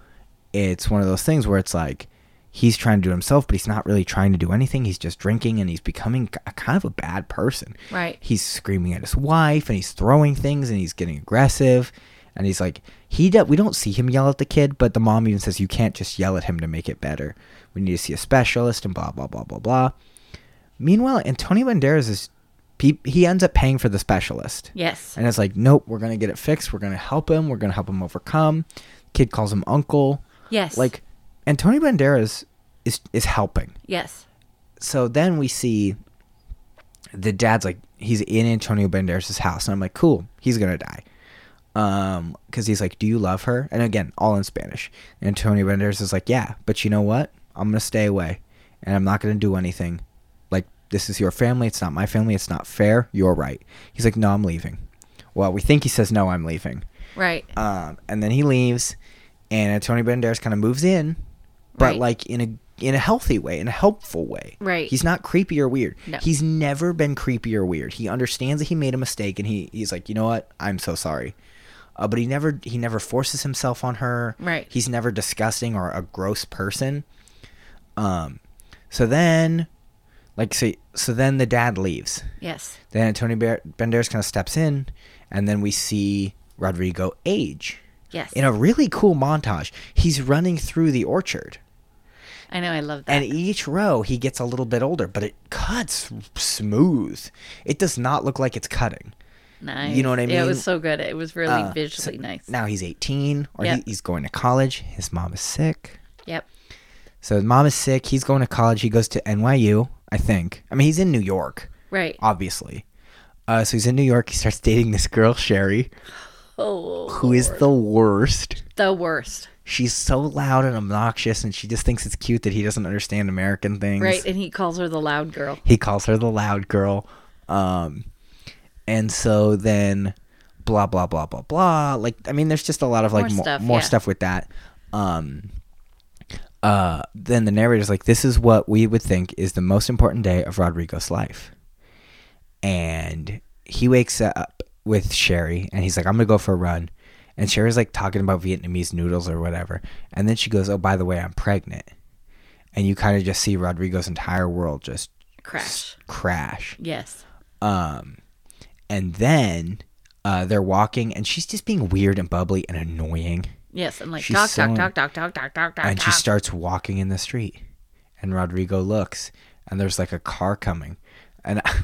Speaker 1: it's one of those things where it's like he's trying to do it himself, but he's not really trying to do anything. He's just drinking, and he's becoming a, kind of a bad person
Speaker 2: Right.
Speaker 1: he's screaming at his wife and he's throwing things and he's getting aggressive and he's like he do- we don't see him yell at the kid but the mom even says you can't just yell at him to make it better we need to see a specialist and blah blah blah blah blah meanwhile antonio banderas is he, he ends up paying for the specialist
Speaker 2: Yes.
Speaker 1: and it's like nope we're gonna get it fixed we're gonna help him we're gonna help him overcome kid calls him uncle
Speaker 2: Yes.
Speaker 1: like antonio banderas is is helping
Speaker 2: Yes.
Speaker 1: so then we see the dad's like he's in Antonio Banderas' house, and I'm like, cool, he's gonna die, um, because he's like, do you love her? And again, all in Spanish. And Antonio Banderas is like, yeah, but you know what? I'm gonna stay away, and I'm not gonna do anything. Like this is your family, it's not my family, it's not fair. You're right. He's like, no, I'm leaving. Well, we think he says no, I'm leaving.
Speaker 2: Right.
Speaker 1: Um, and then he leaves, and Antonio Banderas kind of moves in, but
Speaker 2: Right.
Speaker 1: like in a in a healthy way, in a helpful way.
Speaker 2: Right.
Speaker 1: He's not creepy or weird.
Speaker 2: No.
Speaker 1: He's never been creepy or weird. He understands that he made a mistake, and he he's like, you know what, I'm so sorry. Uh, but he never he never forces himself on her.
Speaker 2: Right.
Speaker 1: He's never disgusting or a gross person. Um, so then, like, so so then the dad leaves.
Speaker 2: yes.
Speaker 1: Then Antonio Bar- Banderas kind of steps in, and then we see Rodrigo age
Speaker 2: Yes.
Speaker 1: in a really cool montage. He's running through the orchard,
Speaker 2: I know. I love that.
Speaker 1: and each row he gets a little bit older, but it cuts smooth. It does not look like it's cutting.
Speaker 2: nice.
Speaker 1: you know what I
Speaker 2: Yeah, it
Speaker 1: mean?
Speaker 2: was so good. It was really
Speaker 1: Uh,
Speaker 2: visually
Speaker 1: so
Speaker 2: nice.
Speaker 1: Now he's 18, or he,
Speaker 2: Yep.
Speaker 1: he's going to college. His mom is sick.
Speaker 2: Yep.
Speaker 1: So his mom is sick. He's going to college. He goes to NYU, I think. I mean, he's in New York,
Speaker 2: Right.
Speaker 1: obviously. Uh, so he's in New York. He starts dating this girl, Sherry.
Speaker 2: Oh.
Speaker 1: who is the worst.
Speaker 2: the worst?
Speaker 1: She's so loud and obnoxious, and she just thinks it's cute that he doesn't understand American things.
Speaker 2: Right. And he calls her the loud girl.
Speaker 1: He calls her the loud girl. Um, and so then, blah blah blah blah blah. Like, I mean, there's just a lot of like
Speaker 2: More
Speaker 1: more,
Speaker 2: stuff,
Speaker 1: more
Speaker 2: yeah.
Speaker 1: stuff with that. Um, uh, then the narrator's like, "This is what we would think is the most important day of Rodrigo's life," and he wakes up with Sherry, and he's like, "I'm gonna go for a run." And Sherry's like talking about Vietnamese noodles or whatever, and then she goes, "Oh, by the way, I'm pregnant," and you kind of just see Rodrigo's entire world just
Speaker 2: Crash.
Speaker 1: crash.
Speaker 2: Yes.
Speaker 1: Um, and then uh, they're walking, and she's just being weird and bubbly and annoying.
Speaker 2: Yes. And like
Speaker 1: She's
Speaker 2: talk,
Speaker 1: so-
Speaker 2: talk, talk, talk, talk, talk, talk, talk.
Speaker 1: And she starts walking in the street, and Rodrigo looks, and there's like a car coming, and I,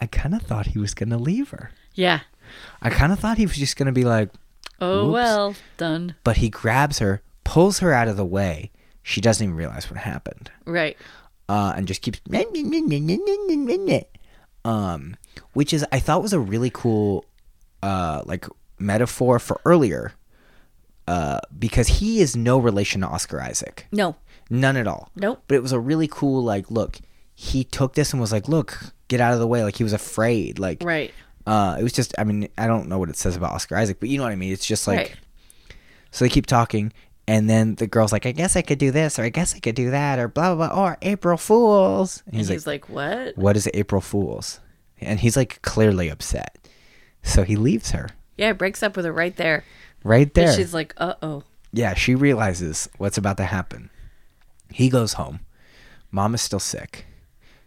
Speaker 1: I kind of thought he was gonna leave her.
Speaker 2: yeah.
Speaker 1: I kind of thought he was just gonna be like,
Speaker 2: Oh
Speaker 1: Whoops.
Speaker 2: well. Done.
Speaker 1: but he grabs her, pulls her out of the way. She doesn't even realize what happened.
Speaker 2: Right.
Speaker 1: uh, and just keeps um, which is I thought was a really cool uh, like metaphor for earlier uh, because he is no relation to Oscar Isaac,
Speaker 2: No.
Speaker 1: none at all.
Speaker 2: Nope.
Speaker 1: But it was a really cool like look. He took this and was like, "Look, get out of the way!" Like he was afraid. Like
Speaker 2: Right.
Speaker 1: uh, it was just. I mean, I don't know what it says about Oscar Isaac, but you know what I mean. It's just like.
Speaker 2: Right.
Speaker 1: So they keep talking, and then the girl's like, "I guess I could do this, or I guess I could do that, or blah blah blah, or April Fools." And he's
Speaker 2: and
Speaker 1: like,
Speaker 2: he's like, what?
Speaker 1: "What is April Fools?" And he's like clearly upset, so he leaves her
Speaker 2: Yeah. It breaks up with her right there.
Speaker 1: right
Speaker 2: And
Speaker 1: there.
Speaker 2: she's like, uh oh.
Speaker 1: yeah, she realizes what's about to happen. He goes home. Mom is still sick.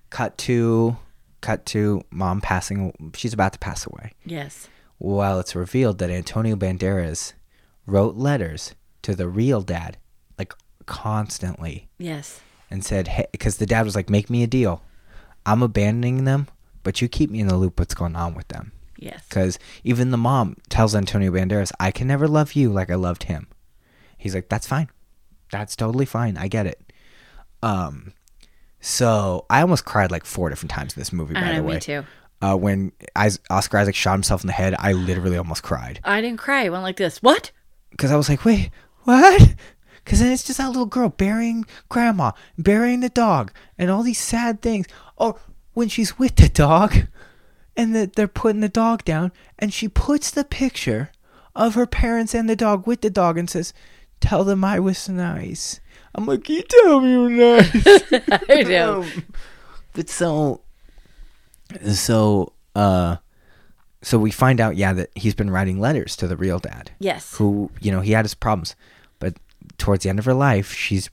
Speaker 1: Cut to, cut to mom passing. She's about to pass away.
Speaker 2: Yes.
Speaker 1: while it's revealed that Antonio Banderas wrote letters to the real dad, like constantly,
Speaker 2: Yes.
Speaker 1: and said, hey, because the dad was like, make me a deal. I'm abandoning them, but you keep me in the loop what's going on with them.
Speaker 2: Yes.
Speaker 1: Because even the mom tells Antonio Banderas, I can never love you like I loved him. He's like, that's fine. That's totally fine. I get it. Um, so I almost cried like four different times in this movie, by
Speaker 2: I
Speaker 1: the
Speaker 2: know.
Speaker 1: way.
Speaker 2: Me too.
Speaker 1: Uh, when Is- Oscar Isaac shot himself in the head, I literally almost cried
Speaker 2: I didn't cry. I went like this. What?
Speaker 1: because I was like, wait, what? Because then it's just that little girl burying grandma, burying the dog, and all these sad things. Or
Speaker 3: Oh, when she's with the dog and that they're putting the dog down and she puts the picture of her parents and the dog with the dog and says, Tell them I was nice. I'm like, You tell me you're nice.
Speaker 2: I
Speaker 1: Um,
Speaker 2: know.
Speaker 3: but so so
Speaker 1: Uh, so we find out, yeah, that he's been writing letters to the real dad,
Speaker 2: Yes.
Speaker 1: who you know he had his problems, but towards the end of her life, she's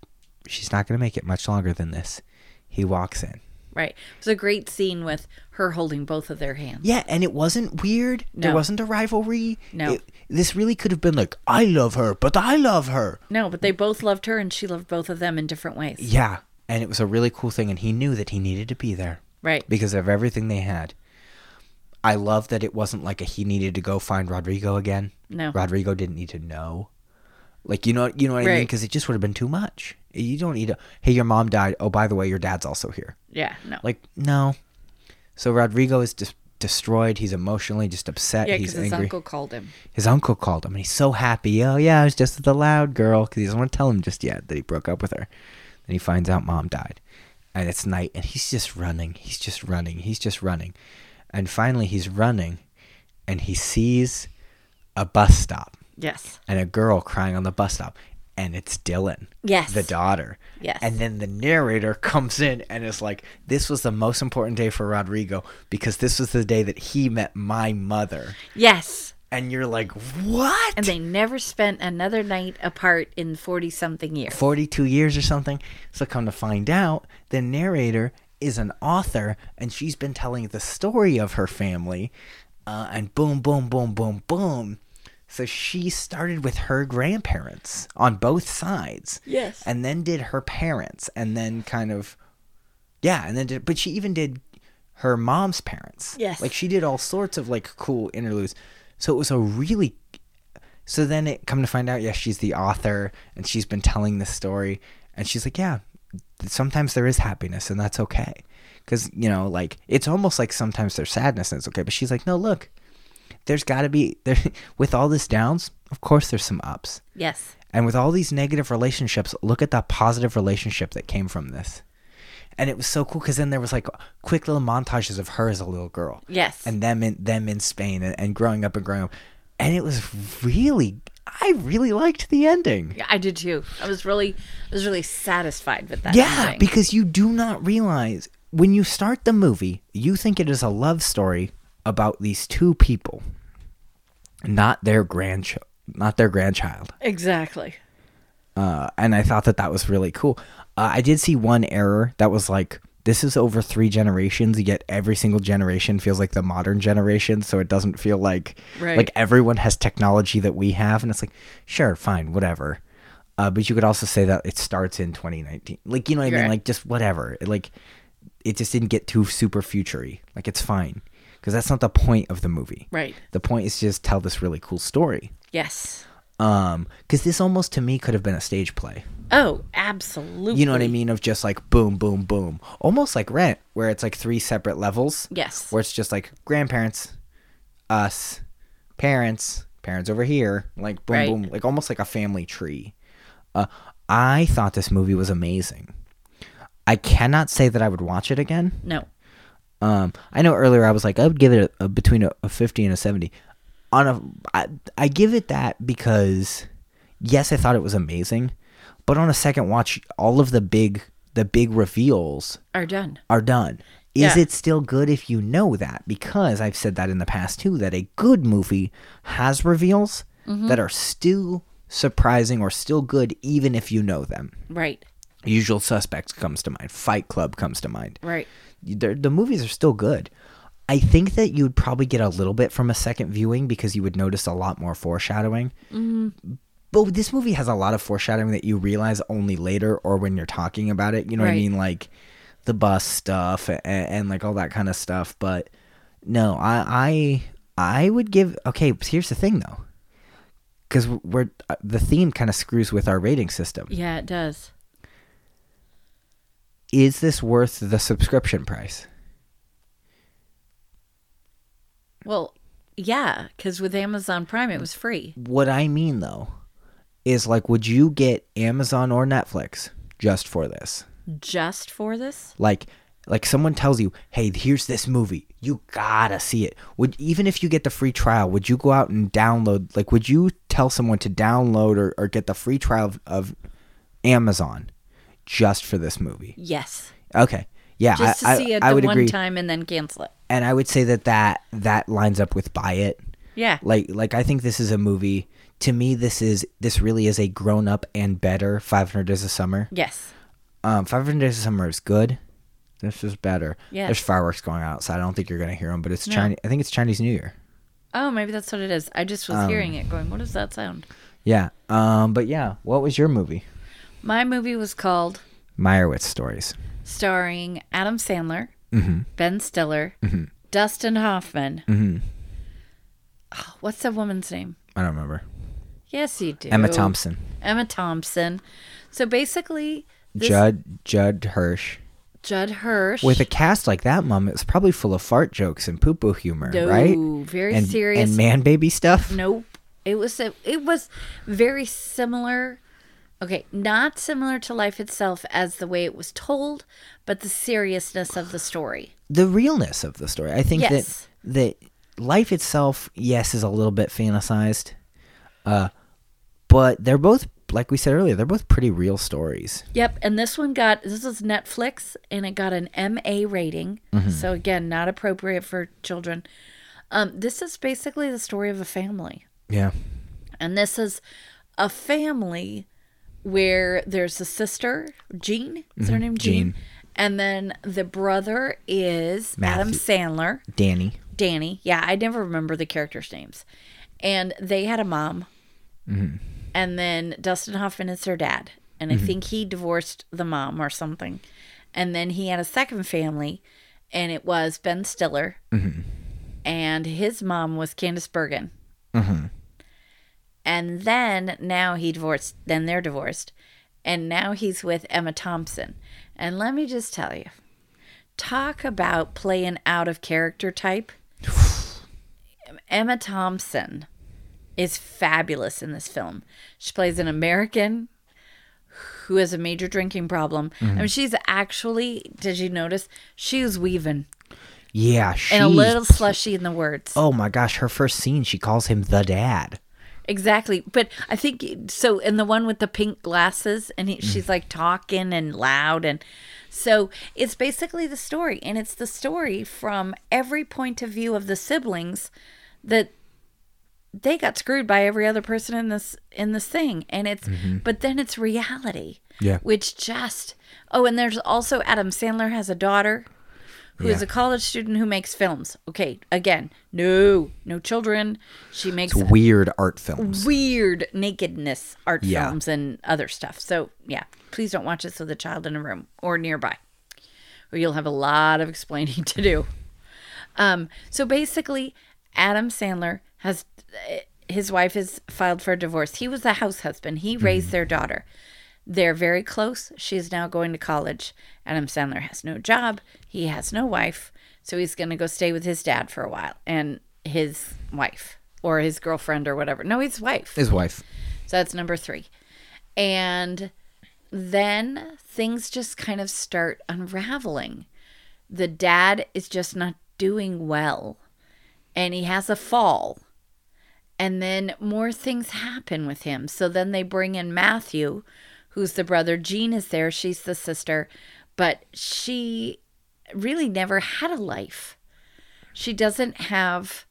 Speaker 1: she's not going to make it much longer than this. He walks in.
Speaker 2: Right. It was a great scene with her holding both of their hands.
Speaker 1: Yeah, and it wasn't weird. There
Speaker 2: No.
Speaker 1: wasn't a rivalry.
Speaker 2: No.
Speaker 1: It- this really could have been like, I love her, but I love her.
Speaker 2: No, but they both loved her and she loved both of them in different ways.
Speaker 1: Yeah. And it was a really cool thing. And he knew that he needed to be there
Speaker 2: Right.
Speaker 1: because of everything they had. I love that it wasn't like a he needed to go find Rodrigo again.
Speaker 2: No.
Speaker 1: Rodrigo didn't need to know. Like, you know, you know what I mean?
Speaker 2: Right.
Speaker 1: Because it just would have been too much. You don't need to, hey, your mom died. Oh, by the way, your dad's also here.
Speaker 2: Yeah. No.
Speaker 1: Like, no. So Rodrigo is just destroyed. He's emotionally just upset.
Speaker 2: yeah,
Speaker 1: He's
Speaker 2: because his
Speaker 1: angry.
Speaker 2: uncle called him.
Speaker 1: His uncle called him and he's so happy. Oh, yeah, I was just with the loud girl because he doesn't want to tell him just yet that he broke up with her. Then he finds out mom died. And it's night and he's just running. He's just running. He's just running. And finally, he's running and he sees a bus stop
Speaker 2: Yes.
Speaker 1: and a girl crying on the bus stop. And it's Dylan,
Speaker 2: Yes.
Speaker 1: the daughter.
Speaker 2: Yes.
Speaker 1: And then the narrator comes in and is like, This was the most important day for Rodrigo because this was the day that he met my mother.
Speaker 2: Yes.
Speaker 1: And you're like, What?
Speaker 2: And they never spent another night apart in 40 something years.
Speaker 1: 42 years or something. So come to find out, the narrator is an author and she's been telling the story of her family. Uh, and boom, boom, boom, boom, boom. So she started with her grandparents on both sides.
Speaker 2: Yes.
Speaker 1: And then did her parents and then kind of, yeah, and then did, but she even did her mom's parents.
Speaker 2: Yes.
Speaker 1: Like she did all sorts of like cool interludes. So it was a really so then it come to find out, yes, she's the author and she's been telling this story and she's like, yeah, sometimes there is happiness and that's okay. Cuz you know, like it's almost like sometimes there's sadness and it's okay, but she's like, no, look. There's got to be there with all this downs, of course there's some ups.
Speaker 2: Yes.
Speaker 1: And with all these negative relationships, look at that positive relationship that came from this. And it was so cool because then there was like quick little montages of her as a little girl.
Speaker 2: Yes.
Speaker 1: And them in them in Spain and, and growing up and growing up. And it was really I really liked the ending.
Speaker 2: I did too. I was really, I was really satisfied with that.
Speaker 1: Yeah,
Speaker 2: ending.
Speaker 1: because you do not realize when you start the movie, you think it is a love story about these two people, not their grandchild, not their grandchild.
Speaker 2: exactly.
Speaker 1: uh, and I thought that that was really cool. Uh, I did see one error that was like, this is over three generations, yet every single generation feels like the modern generation, so it doesn't feel like
Speaker 2: Right.
Speaker 1: like everyone has technology that we have, and it's like, sure, fine, whatever. Uh, but you could also say that it starts in 2019, like you know what I mean,
Speaker 2: Right.
Speaker 1: like just whatever, like it just didn't get too super futury, like it's fine because that's not the point of the movie.
Speaker 2: Right.
Speaker 1: The point is just tell this really cool story.
Speaker 2: Yes.
Speaker 1: Um, because this almost to me could have been a stage play.
Speaker 2: Oh, absolutely.
Speaker 1: You know what I mean? Of just like boom, boom, boom. Almost like rent, where it's like three separate levels.
Speaker 2: Yes.
Speaker 1: Where it's just like grandparents, us, parents, parents over here. Like boom,
Speaker 2: Right.
Speaker 1: boom. Like almost like a family tree. Uh, I thought this movie was amazing. I cannot say that I would watch it again.
Speaker 2: No.
Speaker 1: Um, I know earlier I was like I would give it a, a between a, a fifty and a seventy. On a, I, I give it that because yes, I thought it was amazing, but on a second watch, all of the big the big reveals
Speaker 2: Are done.
Speaker 1: are done. Is
Speaker 2: Yeah.
Speaker 1: it still good if you know that? Because I've said that in the past too, that a good movie has reveals that are still surprising or still good even if you know them.
Speaker 2: Right.
Speaker 1: Usual Suspects comes to mind. Fight Club comes to mind
Speaker 2: Right.
Speaker 1: the, the movies are still good. I think that you'd probably get a little bit from a second viewing because you would notice a lot more foreshadowing. But this movie has a lot of foreshadowing that you realize only later or when you're talking about it. You know what I
Speaker 2: Right.
Speaker 1: mean? Like the bus stuff and, and like all that kind of stuff. But no, I I I would give. Okay, here's the thing though, because we're uh, the theme kind of screws with our rating system.
Speaker 2: Yeah, it does.
Speaker 1: Is this worth the subscription price?
Speaker 2: Well, yeah, because with Amazon Prime, it was free.
Speaker 1: what I mean though is like would you get Amazon or Netflix just for this?
Speaker 2: Just for this?
Speaker 1: Like like someone tells you, "Hey, here's this movie. You gotta see it." Would even if you get the free trial, would you go out and download? Like, would you tell someone to download or, or get the free trial of, of Amazon just for this movie?
Speaker 2: Yes.
Speaker 1: Okay, yeah,
Speaker 2: Just
Speaker 1: I,
Speaker 2: to see
Speaker 1: I,
Speaker 2: it
Speaker 1: I
Speaker 2: the
Speaker 1: would
Speaker 2: one
Speaker 1: agree,
Speaker 2: time and then cancel it.
Speaker 1: and I would say that that that lines up with buy it.
Speaker 2: Yeah.
Speaker 1: Like, like I think this is a movie. To me, this is this really is a grown up and better Five Hundred Days of Summer.
Speaker 2: Yes.
Speaker 1: Um, 500 Days of Summer is good. This is better.
Speaker 2: Yeah.
Speaker 1: There's fireworks going out, so I don't think you're gonna hear them. But it's
Speaker 2: No.
Speaker 1: Chinese. I think it's Chinese New Year.
Speaker 2: Oh, maybe that's what it is. I just
Speaker 1: Um,
Speaker 2: was hearing it going, what does that sound?
Speaker 1: Yeah. Um. But yeah, what was your movie?
Speaker 2: My movie was called
Speaker 1: Meyerowitz Stories. Mm-hmm,
Speaker 2: starring Adam Sandler, Ben Stiller, Dustin Hoffman. Oh, what's the woman's name?
Speaker 1: I don't remember.
Speaker 2: Yes, you do.
Speaker 1: Emma Thompson,
Speaker 2: Emma Thompson. So basically, this
Speaker 1: Judd Judd Hirsch.
Speaker 2: Judd Hirsch
Speaker 1: With a cast like that, Mom, it was probably full of fart jokes and poo poo humor,
Speaker 2: No,
Speaker 1: right?
Speaker 2: very
Speaker 1: and,
Speaker 2: serious.
Speaker 1: and man baby stuff.
Speaker 2: Nope. It was a, it was very similar. Okay, not similar to life itself as the way it was told, but the seriousness of the story.
Speaker 1: the realness of the story. I think
Speaker 2: Yes.
Speaker 1: that that life itself, yes, is a little bit fantasized, uh, but they're both, like we said earlier, they're both pretty real stories.
Speaker 2: Yep, and this one got this was Netflix and it got an MA rating. So again, not appropriate for children. Um, this is basically the story of a family.
Speaker 1: Yeah,
Speaker 2: And this is a family where there's a sister, Jean. Is her name Jean?
Speaker 1: Jean.
Speaker 2: And then the brother is Adam Sandler,
Speaker 1: Danny.
Speaker 2: Danny. Yeah, I never remember the characters' names. And they had a mom. And then Dustin Hoffman is their dad. And I think he divorced the mom or something. And then he had a second family, and it was Ben Stiller. And his mom was Candace Bergen and then now he divorced then they're divorced and now he's with emma thompson and let me just tell you talk about playing out of character type emma thompson is fabulous in this film she plays an american who has a major drinking problem i mean she's actually did you notice she was weaving
Speaker 1: Yeah, she's.
Speaker 2: and a little slushy in the words
Speaker 1: oh my gosh, her first scene, she calls him the dad.
Speaker 2: Exactly. But I think so. And the one with the pink glasses, and
Speaker 1: Mm.
Speaker 2: he, she's like talking and loud. And so it's basically the story. And it's the story from every point of view of the siblings that they got screwed by every other person in this in this thing and it's but then it's reality
Speaker 1: Mm-hmm. Yeah.
Speaker 2: which just oh and there's also adam sandler has a daughter who is
Speaker 1: Yeah.
Speaker 2: a college student who makes films okay again no no children she makes
Speaker 1: It's weird art
Speaker 2: Mm.
Speaker 1: films.
Speaker 2: weird nakedness art
Speaker 1: Yeah.
Speaker 2: films and other stuff. So yeah, please don't watch this with a child in a room or nearby, or you'll have a lot of explaining to do. Um, so basically, Adam Sandler has eh, his wife has filed for a divorce. He was the house husband. He raised their daughter. They're very close. She is now going to college. Adam Sandler has no job. He has no wife. So he's going to go stay with his dad for a while and his wife or his girlfriend or whatever. No, his wife.
Speaker 1: His wife.
Speaker 2: So that's number three. And then things just kind of start unraveling. The dad is just not doing well, and he has a fall. And then more things happen with him. So then they bring in Matthew, who's the brother. Jean is there, she's the sister, but she really never had a life. She doesn't have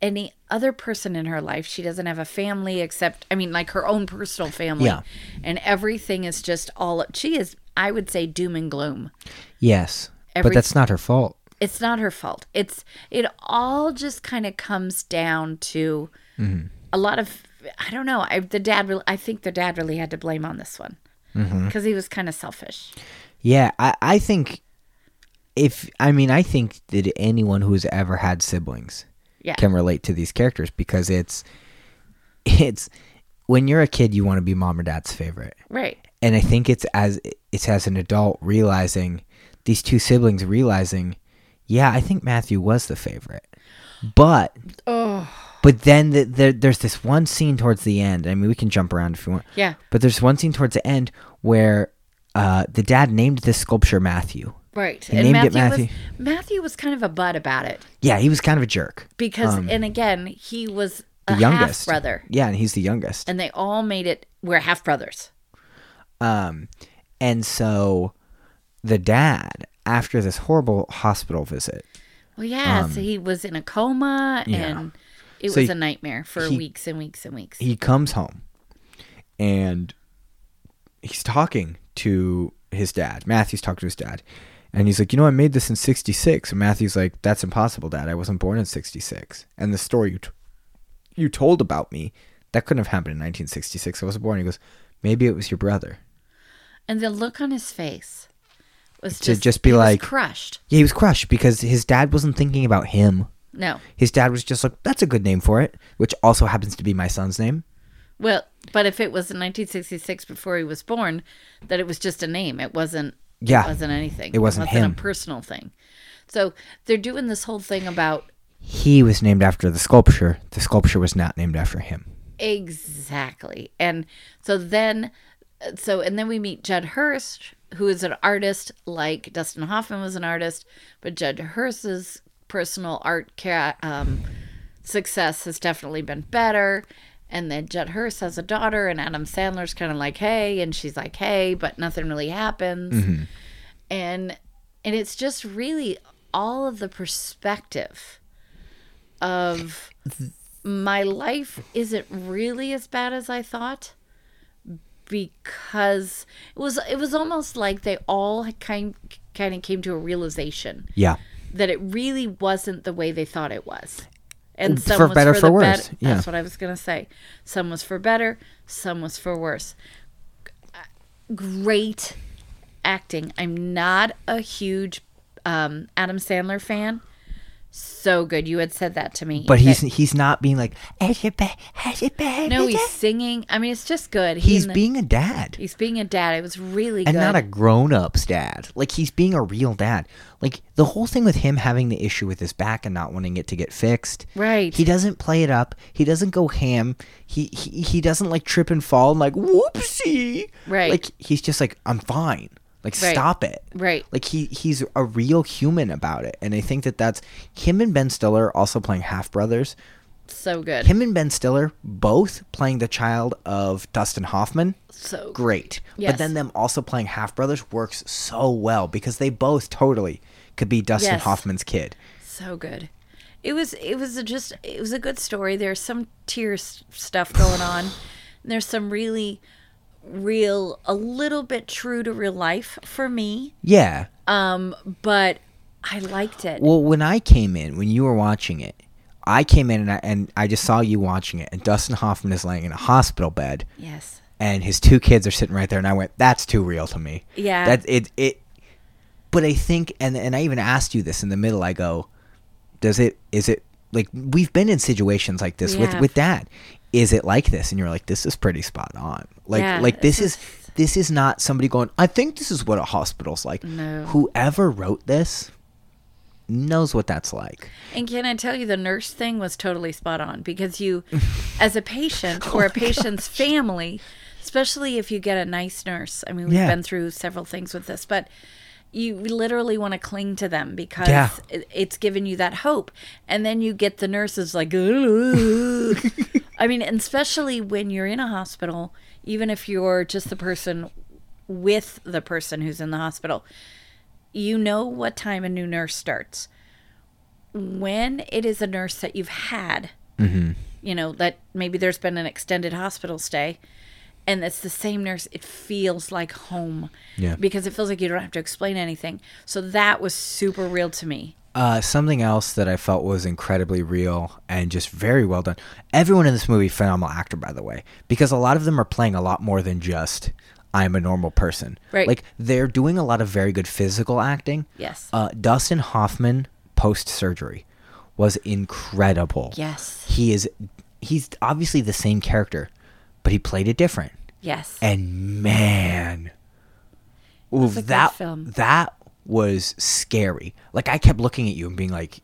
Speaker 2: any other person in her life. She doesn't have a family except, I mean, like her own personal family.
Speaker 1: Yeah.
Speaker 2: And everything is just all, she is, I would say, doom and gloom.
Speaker 1: Yes. but
Speaker 2: Every-
Speaker 1: that's not her fault.
Speaker 2: It's not her fault. It's, it all just kind of comes down to
Speaker 1: Mm-hmm.
Speaker 2: a lot of, I don't know. I, the dad, really, I think the dad really had to blame on this one because
Speaker 1: Mm-hmm.
Speaker 2: he was kind of selfish.
Speaker 1: Yeah, I, I think if I mean I think that anyone who's ever had siblings
Speaker 2: Yeah.
Speaker 1: can relate to these characters because it's it's when you're a kid you want to be mom or dad's favorite.
Speaker 2: Right.
Speaker 1: And I think it's as it's as an adult realizing these two siblings realizing, yeah, I think Matthew was the favorite. But
Speaker 2: Oh,
Speaker 1: but then the, there there's this one scene towards the end. I mean, we can jump around if you want.
Speaker 2: yeah.
Speaker 1: But there's one scene towards the end where uh, the dad named this sculpture Matthew
Speaker 2: Right.
Speaker 1: They
Speaker 2: and
Speaker 1: named it
Speaker 2: Matthew, was Matthew was kind of a butt about it
Speaker 1: Yeah, he was kind of a jerk.
Speaker 2: because and again, he was
Speaker 1: Um, The
Speaker 2: a half
Speaker 1: youngest
Speaker 2: brother.
Speaker 1: Yeah, and he's the youngest.
Speaker 2: And they all made it we're half brothers.
Speaker 1: Um, and so the dad, after this horrible hospital visit,
Speaker 2: Well yeah, so he was in a coma and it
Speaker 1: Um, So
Speaker 2: was
Speaker 1: he-
Speaker 2: a nightmare for
Speaker 1: he-
Speaker 2: weeks and weeks and weeks.
Speaker 1: he comes home and he's talking to his dad. Matthew's talking to his dad. And he's like, You know, I made this in 66. And Matthew's like, That's impossible, dad. I wasn't born in 66. And the story you, t- you told about me, that couldn't have happened in 1966. I wasn't born. He goes, Maybe it was your brother.
Speaker 2: and the look on his face was
Speaker 1: To
Speaker 2: just,
Speaker 1: just be
Speaker 2: he was
Speaker 1: like-
Speaker 2: crushed.
Speaker 1: Yeah, he was crushed because his dad wasn't thinking about him.
Speaker 2: No.
Speaker 1: His dad was just like, That's a good name for it, which also happens to be my son's name.
Speaker 2: Well, but if it was in 1966 before he was born, that it was just a name. It wasn't.
Speaker 1: Yeah.
Speaker 2: It wasn't anything.
Speaker 1: It wasn't him.
Speaker 2: a personal thing. So they're doing this whole thing about
Speaker 1: He was named after the sculpture, the sculpture was not named after him.
Speaker 2: exactly, and so then, uh, so and then we meet Judd Hurst, who is an artist like Dustin Hoffman was an artist, but Judd Hurst's personal art ca- um, success has definitely been better. And then Judd Hurst has a daughter, and Adam Sandler's kind of like, hey, and she's like, hey, but nothing really happens. And and it's just really all of the perspective of my life isn't really as bad as I thought because it was it was almost like they all kind kind of came to a realization
Speaker 1: Yeah.
Speaker 2: that it really wasn't the way they thought it was. And some
Speaker 1: for
Speaker 2: was
Speaker 1: better,
Speaker 2: for,
Speaker 1: for
Speaker 2: the
Speaker 1: worse.
Speaker 2: bet-
Speaker 1: Yeah.
Speaker 2: That's what I was gonna say. Some was for better, some was for worse. G- Great acting. I'm not a huge um, Adam Sandler fan. So good. You had said that to me.
Speaker 1: But he's
Speaker 2: That-
Speaker 1: he's not being like "Has it been- has it been
Speaker 2: no,
Speaker 1: a
Speaker 2: he's
Speaker 1: day?"
Speaker 2: singing. I mean, it's just good. He
Speaker 1: he's
Speaker 2: and the-
Speaker 1: being a dad
Speaker 2: he's being a dad. It was really
Speaker 1: and
Speaker 2: good.
Speaker 1: not a grown up's dad. Like he's being a real dad. Like the whole thing with him having the issue with his back and not wanting it to get fixed.
Speaker 2: Right.
Speaker 1: He doesn't play it up. He doesn't go ham. He he, he doesn't like trip and fall and like whoopsie.
Speaker 2: Right.
Speaker 1: Like he's just like I'm fine. Like
Speaker 2: Right.
Speaker 1: stop it.
Speaker 2: Right.
Speaker 1: Like he he's a real human about it, and I think that that's him and Ben Stiller also playing half brothers.
Speaker 2: so good.
Speaker 1: Him and Ben Stiller both playing the child of Dustin Hoffman.
Speaker 2: so
Speaker 1: Great.
Speaker 2: Yes.
Speaker 1: But then them also playing half brothers works so well because they both totally could be Dustin
Speaker 2: Yes.
Speaker 1: Hoffman's kid.
Speaker 2: So good. It was it was a just it was a good story. There's some tear s- stuff going on. And there's some really real a little bit true to real life for me.
Speaker 1: Yeah.
Speaker 2: Um but I liked it.
Speaker 1: Well, when I came in, when you were watching it, I came in and I, and I just saw you watching it, and Dustin Hoffman is laying in a hospital bed,
Speaker 2: yes.
Speaker 1: and his two kids are sitting right there, and I went, "That's too real to me."
Speaker 2: Yeah.
Speaker 1: That it it. But I think, and and I even asked you this in the middle. I go, "Does it? Is it like we've been in situations like this
Speaker 2: We
Speaker 1: with
Speaker 2: have.
Speaker 1: with dad? Is it like this?" And you're like, "This is pretty spot on. Like
Speaker 2: Yeah,
Speaker 1: like this
Speaker 2: this
Speaker 1: is." This is not somebody going, I think this is what a hospital's like.
Speaker 2: No.
Speaker 1: Whoever wrote this knows what that's like.
Speaker 2: And can I tell you the nurse thing was totally spot on because you as a patient
Speaker 1: Oh
Speaker 2: or a patient's family, especially if you get a nice nurse. I mean, we've
Speaker 1: Yeah.
Speaker 2: been through several things with this, but you literally want to cling to them because
Speaker 1: Yeah.
Speaker 2: it, it's given you that hope. And then you get the nurses like, "Ooh." I mean, and especially when you're in a hospital, even if you're just the person with the person who's in the hospital, you know what time a new nurse starts. When it is a nurse that you've had, you know, that maybe there's been an extended hospital stay and it's the same nurse, it feels like home.
Speaker 1: Yeah.
Speaker 2: Because it feels like you don't have to explain anything. So that was super real to me.
Speaker 1: Uh, something else that I felt was incredibly real and just very well done. Everyone in this movie, phenomenal actor, by the way, because a lot of them are playing a lot more than just "I'm a normal person."
Speaker 2: Right.
Speaker 1: Like they're doing a lot of very good physical acting.
Speaker 2: Yes.
Speaker 1: Uh, Dustin Hoffman post surgery was incredible.
Speaker 2: Yes.
Speaker 1: He is. He's obviously the same character, but he played it different.
Speaker 2: Yes.
Speaker 1: And man, ooh,
Speaker 2: a good
Speaker 1: that
Speaker 2: film.
Speaker 1: that was scary. Like I kept looking at you and being like,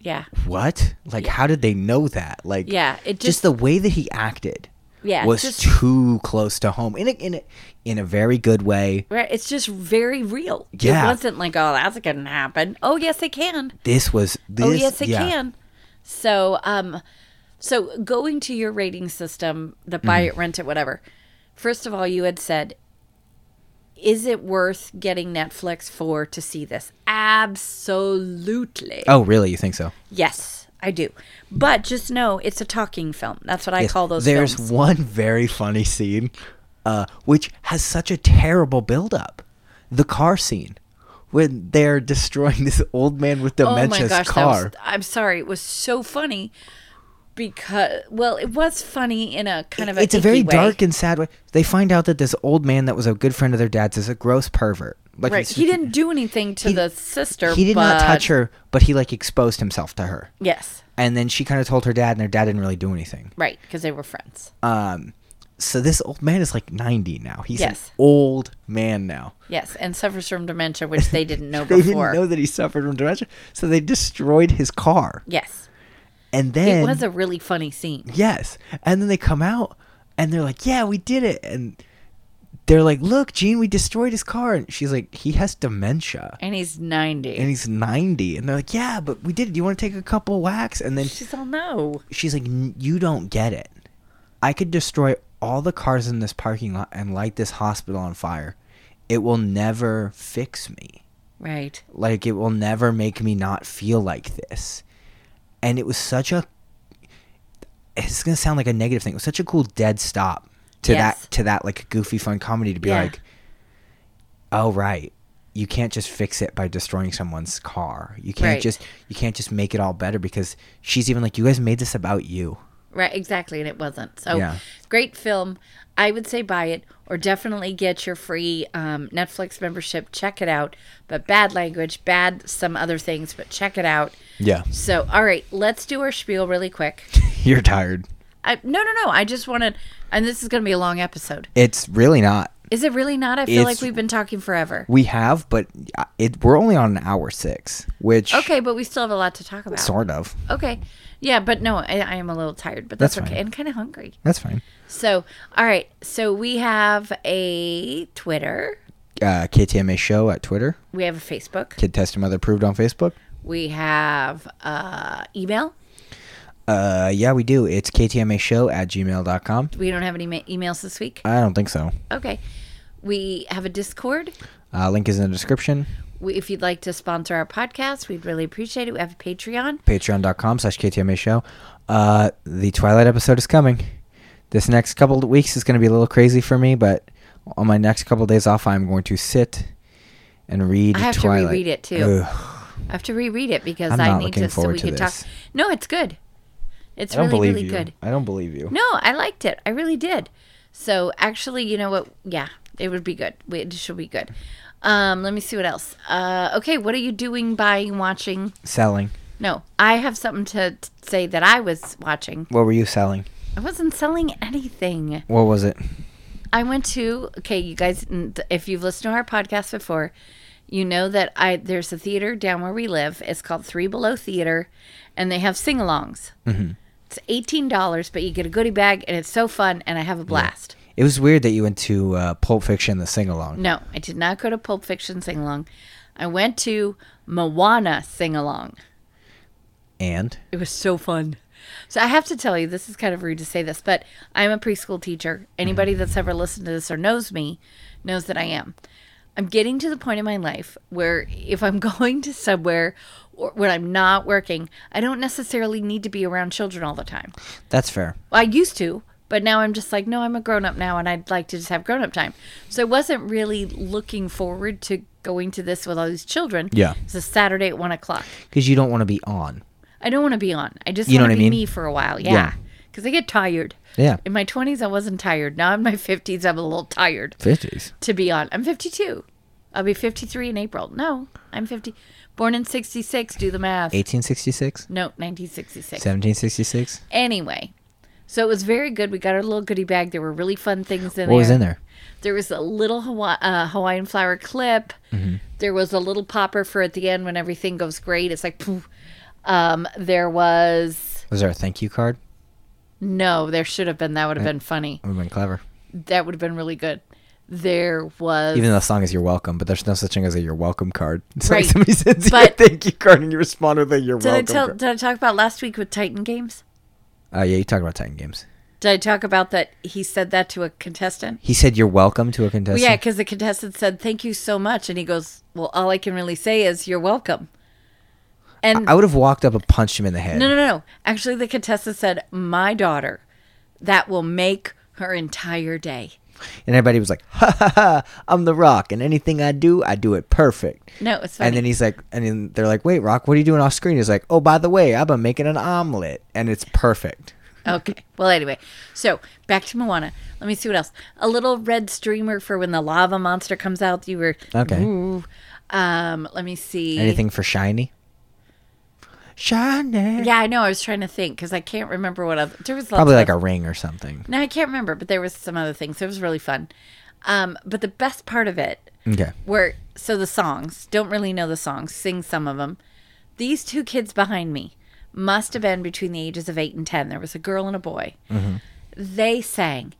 Speaker 2: yeah.
Speaker 1: "What? Like how did they know that?" Like
Speaker 2: Yeah, it
Speaker 1: just, the way that he acted.
Speaker 2: Yeah,
Speaker 1: was
Speaker 2: just-
Speaker 1: too close to home in a, in a, in a very good way.
Speaker 2: Right? It's just very real.
Speaker 1: Yeah.
Speaker 2: It wasn't like, oh, that's going to happen. Oh, yes, it can.
Speaker 1: This was this.
Speaker 2: oh, yes, it
Speaker 1: yeah.
Speaker 2: can. So, um, so going to your rating system, the buy
Speaker 1: Mm-hmm.
Speaker 2: it, rent it, whatever. First of all, you had said, is it worth getting Netflix for to see this? Absolutely.
Speaker 1: Oh, really? You think so?
Speaker 2: Yes, I do. But just know it's a talking film. That's what I
Speaker 1: Yes.
Speaker 2: call those
Speaker 1: There's
Speaker 2: films.
Speaker 1: one very funny scene, uh, which has such a terrible buildup. The car scene, when they're destroying this old man with dementia's car.
Speaker 2: Oh That was, I'm sorry. It was so funny because, well, it was funny in a kind of a
Speaker 1: it's a very
Speaker 2: icky way.
Speaker 1: dark and sad way. They find out that this old man that was a good friend of their dad's is a gross pervert. Like
Speaker 2: Right.
Speaker 1: it's
Speaker 2: He
Speaker 1: just-
Speaker 2: didn't do anything to
Speaker 1: he-
Speaker 2: the sister.
Speaker 1: He did not
Speaker 2: but-
Speaker 1: touch her, but he like exposed himself to her.
Speaker 2: Yes.
Speaker 1: And then she kind of told her dad, and her dad didn't really do anything.
Speaker 2: Right. Because they were friends.
Speaker 1: Um, so this old man is like ninety now. He's
Speaker 2: Yes.
Speaker 1: an old man now.
Speaker 2: Yes. And suffers from dementia, which they didn't know
Speaker 1: They
Speaker 2: before.
Speaker 1: didn't know that he suffered from dementia, so they destroyed his car.
Speaker 2: yes.
Speaker 1: And then
Speaker 2: it was a really funny scene.
Speaker 1: Yes. And then they come out and they're like, yeah, we did it. And they're like, look, Gene, we destroyed his car. And she's like, he has dementia
Speaker 2: And he's 90.
Speaker 1: and he's 90. And they're like, yeah, but we did it. Do you want to take a couple whacks? And then
Speaker 2: She's all no.
Speaker 1: she's like, "N- you don't get it. I could destroy all the cars in this parking lot and light this hospital on fire. It will never fix me.
Speaker 2: Right.
Speaker 1: Like, it will never make me not feel like this. And it was such a. It's gonna sound like a negative thing. It was such a cool dead stop to
Speaker 2: Yes.
Speaker 1: that to that like goofy fun comedy to be
Speaker 2: Yeah.
Speaker 1: like, oh right, you can't just fix it by destroying someone's car. You can't
Speaker 2: Right.
Speaker 1: just you can't just make it all better because she's even like you guys made this about you.
Speaker 2: Right, exactly, and it wasn't. So
Speaker 1: Yeah.
Speaker 2: great film. I would say buy it or definitely get your free um, Netflix membership. Check it out. But bad language, bad some other things, but check it out.
Speaker 1: Yeah,
Speaker 2: So all right, let's do our spiel really quick.
Speaker 1: you're tired.
Speaker 2: I, no, no, no. I just wanted, and this is going to be a long episode.
Speaker 1: It's really not.
Speaker 2: Is it really not? I feel
Speaker 1: It's-
Speaker 2: like we've been talking forever.
Speaker 1: We have, but uh, it we're only on an hour six, which
Speaker 2: Okay, but we still have a lot to talk about.
Speaker 1: sort of.
Speaker 2: Okay, yeah, but no, I, I am a little tired, but that's,
Speaker 1: That's
Speaker 2: okay,
Speaker 1: fine.
Speaker 2: and kind of hungry.
Speaker 1: That's fine.
Speaker 2: So all right, so we have a Twitter.
Speaker 1: Uh, KTMA show at Twitter.
Speaker 2: We have a Facebook.
Speaker 1: Kid Test Your Mother approved on Facebook.
Speaker 2: We have uh, email.
Speaker 1: Uh, yeah, we do. It's KTMA show at gmail.com.
Speaker 2: We don't have any ma- emails this week.
Speaker 1: I don't think so.
Speaker 2: Okay. We have a Discord.
Speaker 1: Uh, link is in the description.
Speaker 2: We, if you'd like to sponsor our podcast, we'd really appreciate it. We have a Patreon.
Speaker 1: Patreon.com slash KTMA show. Uh, the Twilight episode is coming. This next couple of weeks is going to be a little crazy for me, but on my next couple of days off, I'm going to sit and read
Speaker 2: I have to
Speaker 1: Twilight.
Speaker 2: reread it, too.
Speaker 1: Ugh,
Speaker 2: I have to reread it because
Speaker 1: I'm
Speaker 2: I
Speaker 1: not
Speaker 2: need
Speaker 1: looking
Speaker 2: to so
Speaker 1: forward
Speaker 2: we
Speaker 1: to
Speaker 2: can
Speaker 1: this.
Speaker 2: talk. No, it's good. It's
Speaker 1: I don't
Speaker 2: really,
Speaker 1: believe
Speaker 2: really
Speaker 1: you.
Speaker 2: good.
Speaker 1: I don't believe you.
Speaker 2: No, I liked it. I really did. So actually, you know what? Yeah, it would be good. We- It should be good. Um, let me see what else. Uh, okay, what are you doing, buying, watching?
Speaker 1: Selling.
Speaker 2: No, I have something to t- say that I was watching.
Speaker 1: What were you selling?
Speaker 2: I wasn't selling anything.
Speaker 1: What was it?
Speaker 2: I went to okay, you guys. n- th- If you've listened to our podcast before, you know that I there's a theater down where we live. It's called Three Below Theater, and they have sing-alongs. It's eighteen dollars, but you get a goodie bag, and it's so fun, and I have a blast.
Speaker 1: It was weird that you went to uh, Pulp Fiction, the sing along.
Speaker 2: No, I did not go to Pulp Fiction sing-along. I went to Moana sing-along.
Speaker 1: And?
Speaker 2: It was so fun. So I have to tell you, this is kind of rude to say this, but I'm a preschool teacher. Anybody that's ever listened to this or knows me knows that I am. I'm getting to the point in my life where if I'm going to somewhere or when I'm not working, I don't necessarily need to be around children all the time.
Speaker 1: That's fair.
Speaker 2: Well, I used to, but now I'm just like, no, I'm a grown up now and I'd like to just have grown up time. So I wasn't really looking forward to going to this with all these children.
Speaker 1: Yeah.
Speaker 2: It's a Saturday at one o'clock.
Speaker 1: Because you don't want to be on.
Speaker 2: I don't want to be on. I just
Speaker 1: You know
Speaker 2: want
Speaker 1: what
Speaker 2: to
Speaker 1: I
Speaker 2: be
Speaker 1: mean?
Speaker 2: me for a while. Yeah.
Speaker 1: Yeah.
Speaker 2: Because I get tired.
Speaker 1: Yeah.
Speaker 2: In my 20s, I wasn't tired. Now in my 50s, I'm a little tired
Speaker 1: 50s.
Speaker 2: to be on. I'm 52. I'll be 53 in April. No, I'm 50. Born in 66. Do the math.
Speaker 1: 1866?
Speaker 2: No, 1966.
Speaker 1: 1766?
Speaker 2: Anyway, so it was very good. We got our little goodie bag. There were really fun things in there.
Speaker 1: What was in there?
Speaker 2: There was a little Hawaii, uh, Hawaiian flower clip.
Speaker 1: Mm-hmm.
Speaker 2: There was a little popper for at the end when everything goes great. It's like, poof. Um, there was
Speaker 1: Was there a thank you card?
Speaker 2: No, there should have been. That would have been funny.
Speaker 1: Would have been clever.
Speaker 2: That would have been really good. There was.
Speaker 1: Even though the song is "You're Welcome," but there's no such thing as a "You're Welcome" card. It's
Speaker 2: Right.
Speaker 1: like somebody sends
Speaker 2: But-
Speaker 1: you a thank you card and you respond with a "You're
Speaker 2: did I
Speaker 1: Welcome."
Speaker 2: tell?
Speaker 1: card.
Speaker 2: Did I talk about last week with Titan Games?
Speaker 1: Uh, yeah, you talk about Titan Games.
Speaker 2: Did I talk about that? He said that to a contestant.
Speaker 1: He said "You're welcome" to a
Speaker 2: Well,
Speaker 1: contestant.
Speaker 2: yeah, because the contestant said, "Thank you so much," and he goes, "Well, all I can really say is you're welcome." And
Speaker 1: I would have walked up and punched him in the head.
Speaker 2: No, no, no, no. Actually, the contestant said, "My daughter, that will make her entire day."
Speaker 1: And everybody was like, "Ha ha ha! I'm the Rock, and anything I do, I do it perfect."
Speaker 2: No, it's funny.
Speaker 1: And then he's like, and then they're like, "Wait, Rock, what are you doing off screen?" He's like, "Oh, by the way, I've been making an omelet, and it's perfect."
Speaker 2: okay. Well, anyway, so back to Moana. Let me see what else. A little red streamer for when the lava monster comes out. You were
Speaker 1: Okay.
Speaker 2: Ooh. Um, let me see.
Speaker 1: Anything for shiny? Shiny.
Speaker 2: Yeah, I know. I was trying to think because I can't remember what other. There was lots
Speaker 1: Probably
Speaker 2: of
Speaker 1: like
Speaker 2: other-
Speaker 1: a ring or something.
Speaker 2: No, I can't remember, but there was some other things. it was really fun. Um, but the best part of it
Speaker 1: Okay.
Speaker 2: were so the songs don't really know the songs sing some of them these two kids behind me must have been between the ages of 8 and 10 there was a girl and a boy
Speaker 1: Mm-hmm.
Speaker 2: they sang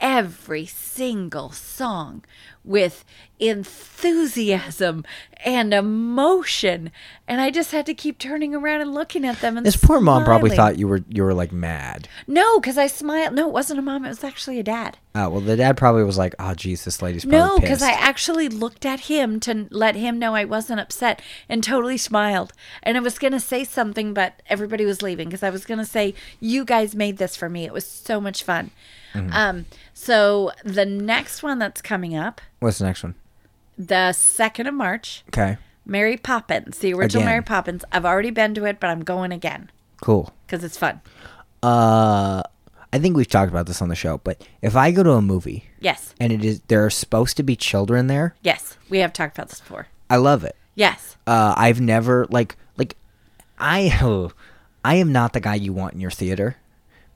Speaker 2: every single song with enthusiasm and emotion and i just had to keep turning around and looking at them and
Speaker 1: This poor mom probably
Speaker 2: smiling.
Speaker 1: thought you were you were like mad.
Speaker 2: no because i smiled no it wasn't a mom it was actually a dad
Speaker 1: Oh, well, the dad probably was like, "Oh, geez, this lady's probably
Speaker 2: No, because
Speaker 1: pissed."
Speaker 2: I actually looked at him to n- let him know I wasn't upset and totally smiled. And I was going to say something, but everybody was leaving because I was going to say, You guys made this for me. It was so much fun.
Speaker 1: Mm-hmm.
Speaker 2: Um, so the next one that's coming up,
Speaker 1: What's the next one?
Speaker 2: the 2nd of March,
Speaker 1: Okay,
Speaker 2: Mary Poppins, the original
Speaker 1: Again.
Speaker 2: Mary Poppins. I've already been to it, but I'm going again
Speaker 1: cool.
Speaker 2: because it's fun.
Speaker 1: Uh, I think we've talked about this on the show, but if I go to a movie
Speaker 2: Yes.
Speaker 1: and it is there are supposed to be children there,
Speaker 2: Yes. We have talked about this before.
Speaker 1: I love it.
Speaker 2: Yes.
Speaker 1: Uh, I've never like like I I am not the guy you want in your theater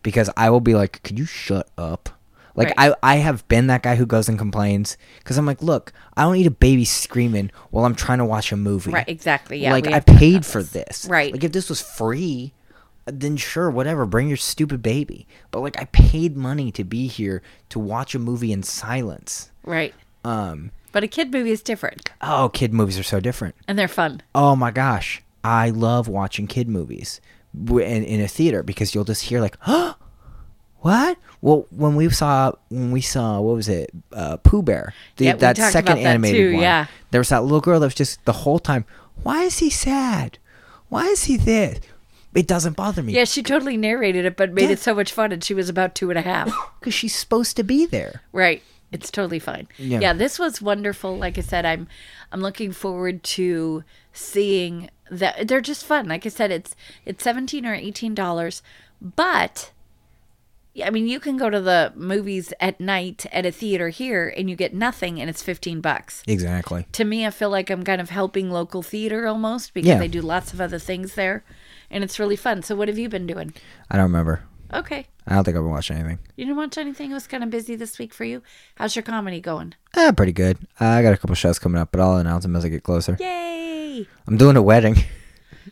Speaker 1: because I will be like, could you shut up? Like
Speaker 2: Right.
Speaker 1: I, I have been that guy who goes and complains because I'm like, look, I don't need a baby screaming while I'm trying to watch a movie.
Speaker 2: Right. Exactly. Yeah.
Speaker 1: like
Speaker 2: we
Speaker 1: I
Speaker 2: have talked
Speaker 1: paid
Speaker 2: about
Speaker 1: for this.
Speaker 2: Right.
Speaker 1: Like if this was free, then sure, whatever, bring your stupid baby. But like I paid money to be here to watch a movie in silence.
Speaker 2: Right.
Speaker 1: Um
Speaker 2: But a kid movie is different
Speaker 1: oh, kid movies are so different.
Speaker 2: and they're fun.
Speaker 1: oh my gosh, I love watching kid movies w- in, in a theater because you'll just hear like, huh? what? Well, when we saw when we saw what was it, uh, Pooh Bear, the,
Speaker 2: Yeah, we
Speaker 1: that
Speaker 2: talked
Speaker 1: second
Speaker 2: about that
Speaker 1: animated
Speaker 2: too,
Speaker 1: one.
Speaker 2: yeah.
Speaker 1: There was that little girl that was just the whole time. Why is he sad? Why is he this? It doesn't bother me
Speaker 2: Yeah, she totally narrated it, but made
Speaker 1: Yeah.
Speaker 2: it so much fun, and she was about two and a half.
Speaker 1: because she's supposed to be there.
Speaker 2: right, it's totally fine.
Speaker 1: Yeah.
Speaker 2: Yeah. this was wonderful. Like I said, I'm, I'm looking forward to seeing that. They're just fun. Like I said, it's it's seventeen or eighteen dollars, but. yeah, I mean, you can go to the movies at night at a theater here and you get nothing and it's 15 bucks.
Speaker 1: Exactly.
Speaker 2: to me, I feel like I'm kind of helping local theater almost because
Speaker 1: Yeah.
Speaker 2: they do lots of other things there, and it's really fun. So, what have you been doing?
Speaker 1: I don't remember.
Speaker 2: Okay,
Speaker 1: I don't think I've been watching anything.
Speaker 2: you didn't watch anything. It was kind of busy this week for you. How's your comedy going?
Speaker 1: Ah, pretty good. I got a couple shows coming up, but I'll announce them as I get closer.
Speaker 2: Yay!
Speaker 1: I'm doing a wedding,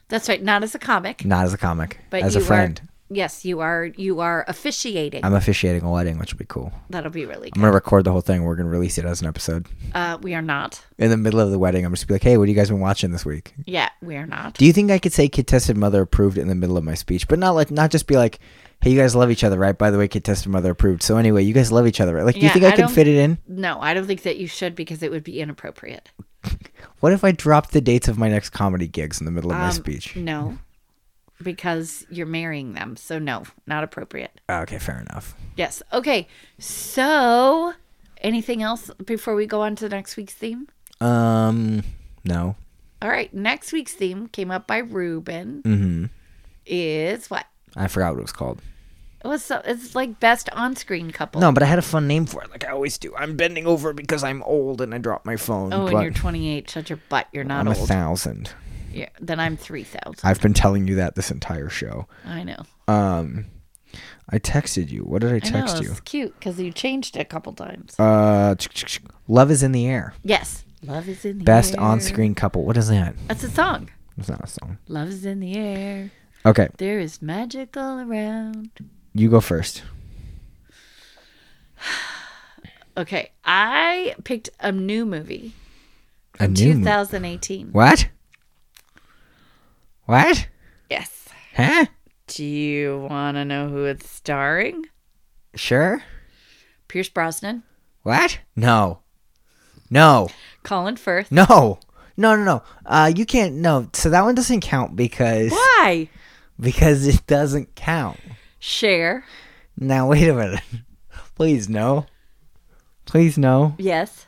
Speaker 2: That's right. Not as a comic,
Speaker 1: not as a comic,
Speaker 2: but
Speaker 1: as
Speaker 2: you
Speaker 1: a friend.
Speaker 2: Are, yes, you are. You are officiating.
Speaker 1: I'm officiating a wedding, which will be cool.
Speaker 2: That'll be really.
Speaker 1: I'm
Speaker 2: Good.
Speaker 1: gonna record the whole thing. We're gonna release it as an episode.
Speaker 2: Uh, we are not.
Speaker 1: In the middle of the wedding, I'm just be like, "Hey, what have you guys been watching this week?"
Speaker 2: Yeah, we are not.
Speaker 1: Do you think I could say "Kid Tested Mother Approved" in the middle of my speech, but not like not just be like, "Hey, you guys love each other, right?" By the way, Kid Tested Mother Approved. So anyway, you guys love each other, right? Like, do you
Speaker 2: Yeah,
Speaker 1: think I,
Speaker 2: I
Speaker 1: could
Speaker 2: don't-
Speaker 1: fit it in?
Speaker 2: no, I don't think that you should because it would be inappropriate.
Speaker 1: What if I dropped the dates of my next comedy gigs in the middle of my
Speaker 2: Um,
Speaker 1: speech?
Speaker 2: No, because you're marrying them. So no, not appropriate.
Speaker 1: Ah, Okay, fair enough.
Speaker 2: Yes. Okay. So, anything else before we go on to next week's theme?
Speaker 1: Um, no.
Speaker 2: All right. Next week's theme came up by Ruben.
Speaker 1: Mm-hmm.
Speaker 2: Is what?
Speaker 1: I forgot what it was called.
Speaker 2: It was so, it's like best on screen couple.
Speaker 1: No, but I had a fun name for it, like I always do. I'm bending over because I'm old and I dropped my phone.
Speaker 2: Oh,
Speaker 1: but
Speaker 2: and you're 28. Shut your butt. You're not
Speaker 1: I'm a
Speaker 2: old.
Speaker 1: thousand.
Speaker 2: yeah, then I'm 3,000.
Speaker 1: I've been telling you that this entire show.
Speaker 2: I know.
Speaker 1: Um, I texted you. What did I
Speaker 2: I know.
Speaker 1: text you?
Speaker 2: It's cute because you changed it a couple times.
Speaker 1: Uh, tsk, tsk, tsk. love is in the air.
Speaker 2: yes. Love is in the
Speaker 1: Best
Speaker 2: air.
Speaker 1: on-screen couple. What is that?
Speaker 2: That's a song.
Speaker 1: It's not a song.
Speaker 2: Love is in the air.
Speaker 1: Okay.
Speaker 2: There is magic all around.
Speaker 1: You go first.
Speaker 2: Okay, I picked a new movie,
Speaker 1: A new mo-
Speaker 2: 2018.
Speaker 1: What? What?
Speaker 2: Yes.
Speaker 1: Huh?
Speaker 2: Do you want to know who it's starring?
Speaker 1: Sure.
Speaker 2: Pierce Brosnan,
Speaker 1: What? No. No.
Speaker 2: Colin Firth.
Speaker 1: No. No, no, no. Uh, you can't. No. So that one doesn't count because
Speaker 2: Why?
Speaker 1: because it doesn't count.
Speaker 2: Cher.
Speaker 1: Now wait a minute. Please no. Please no.
Speaker 2: Yes.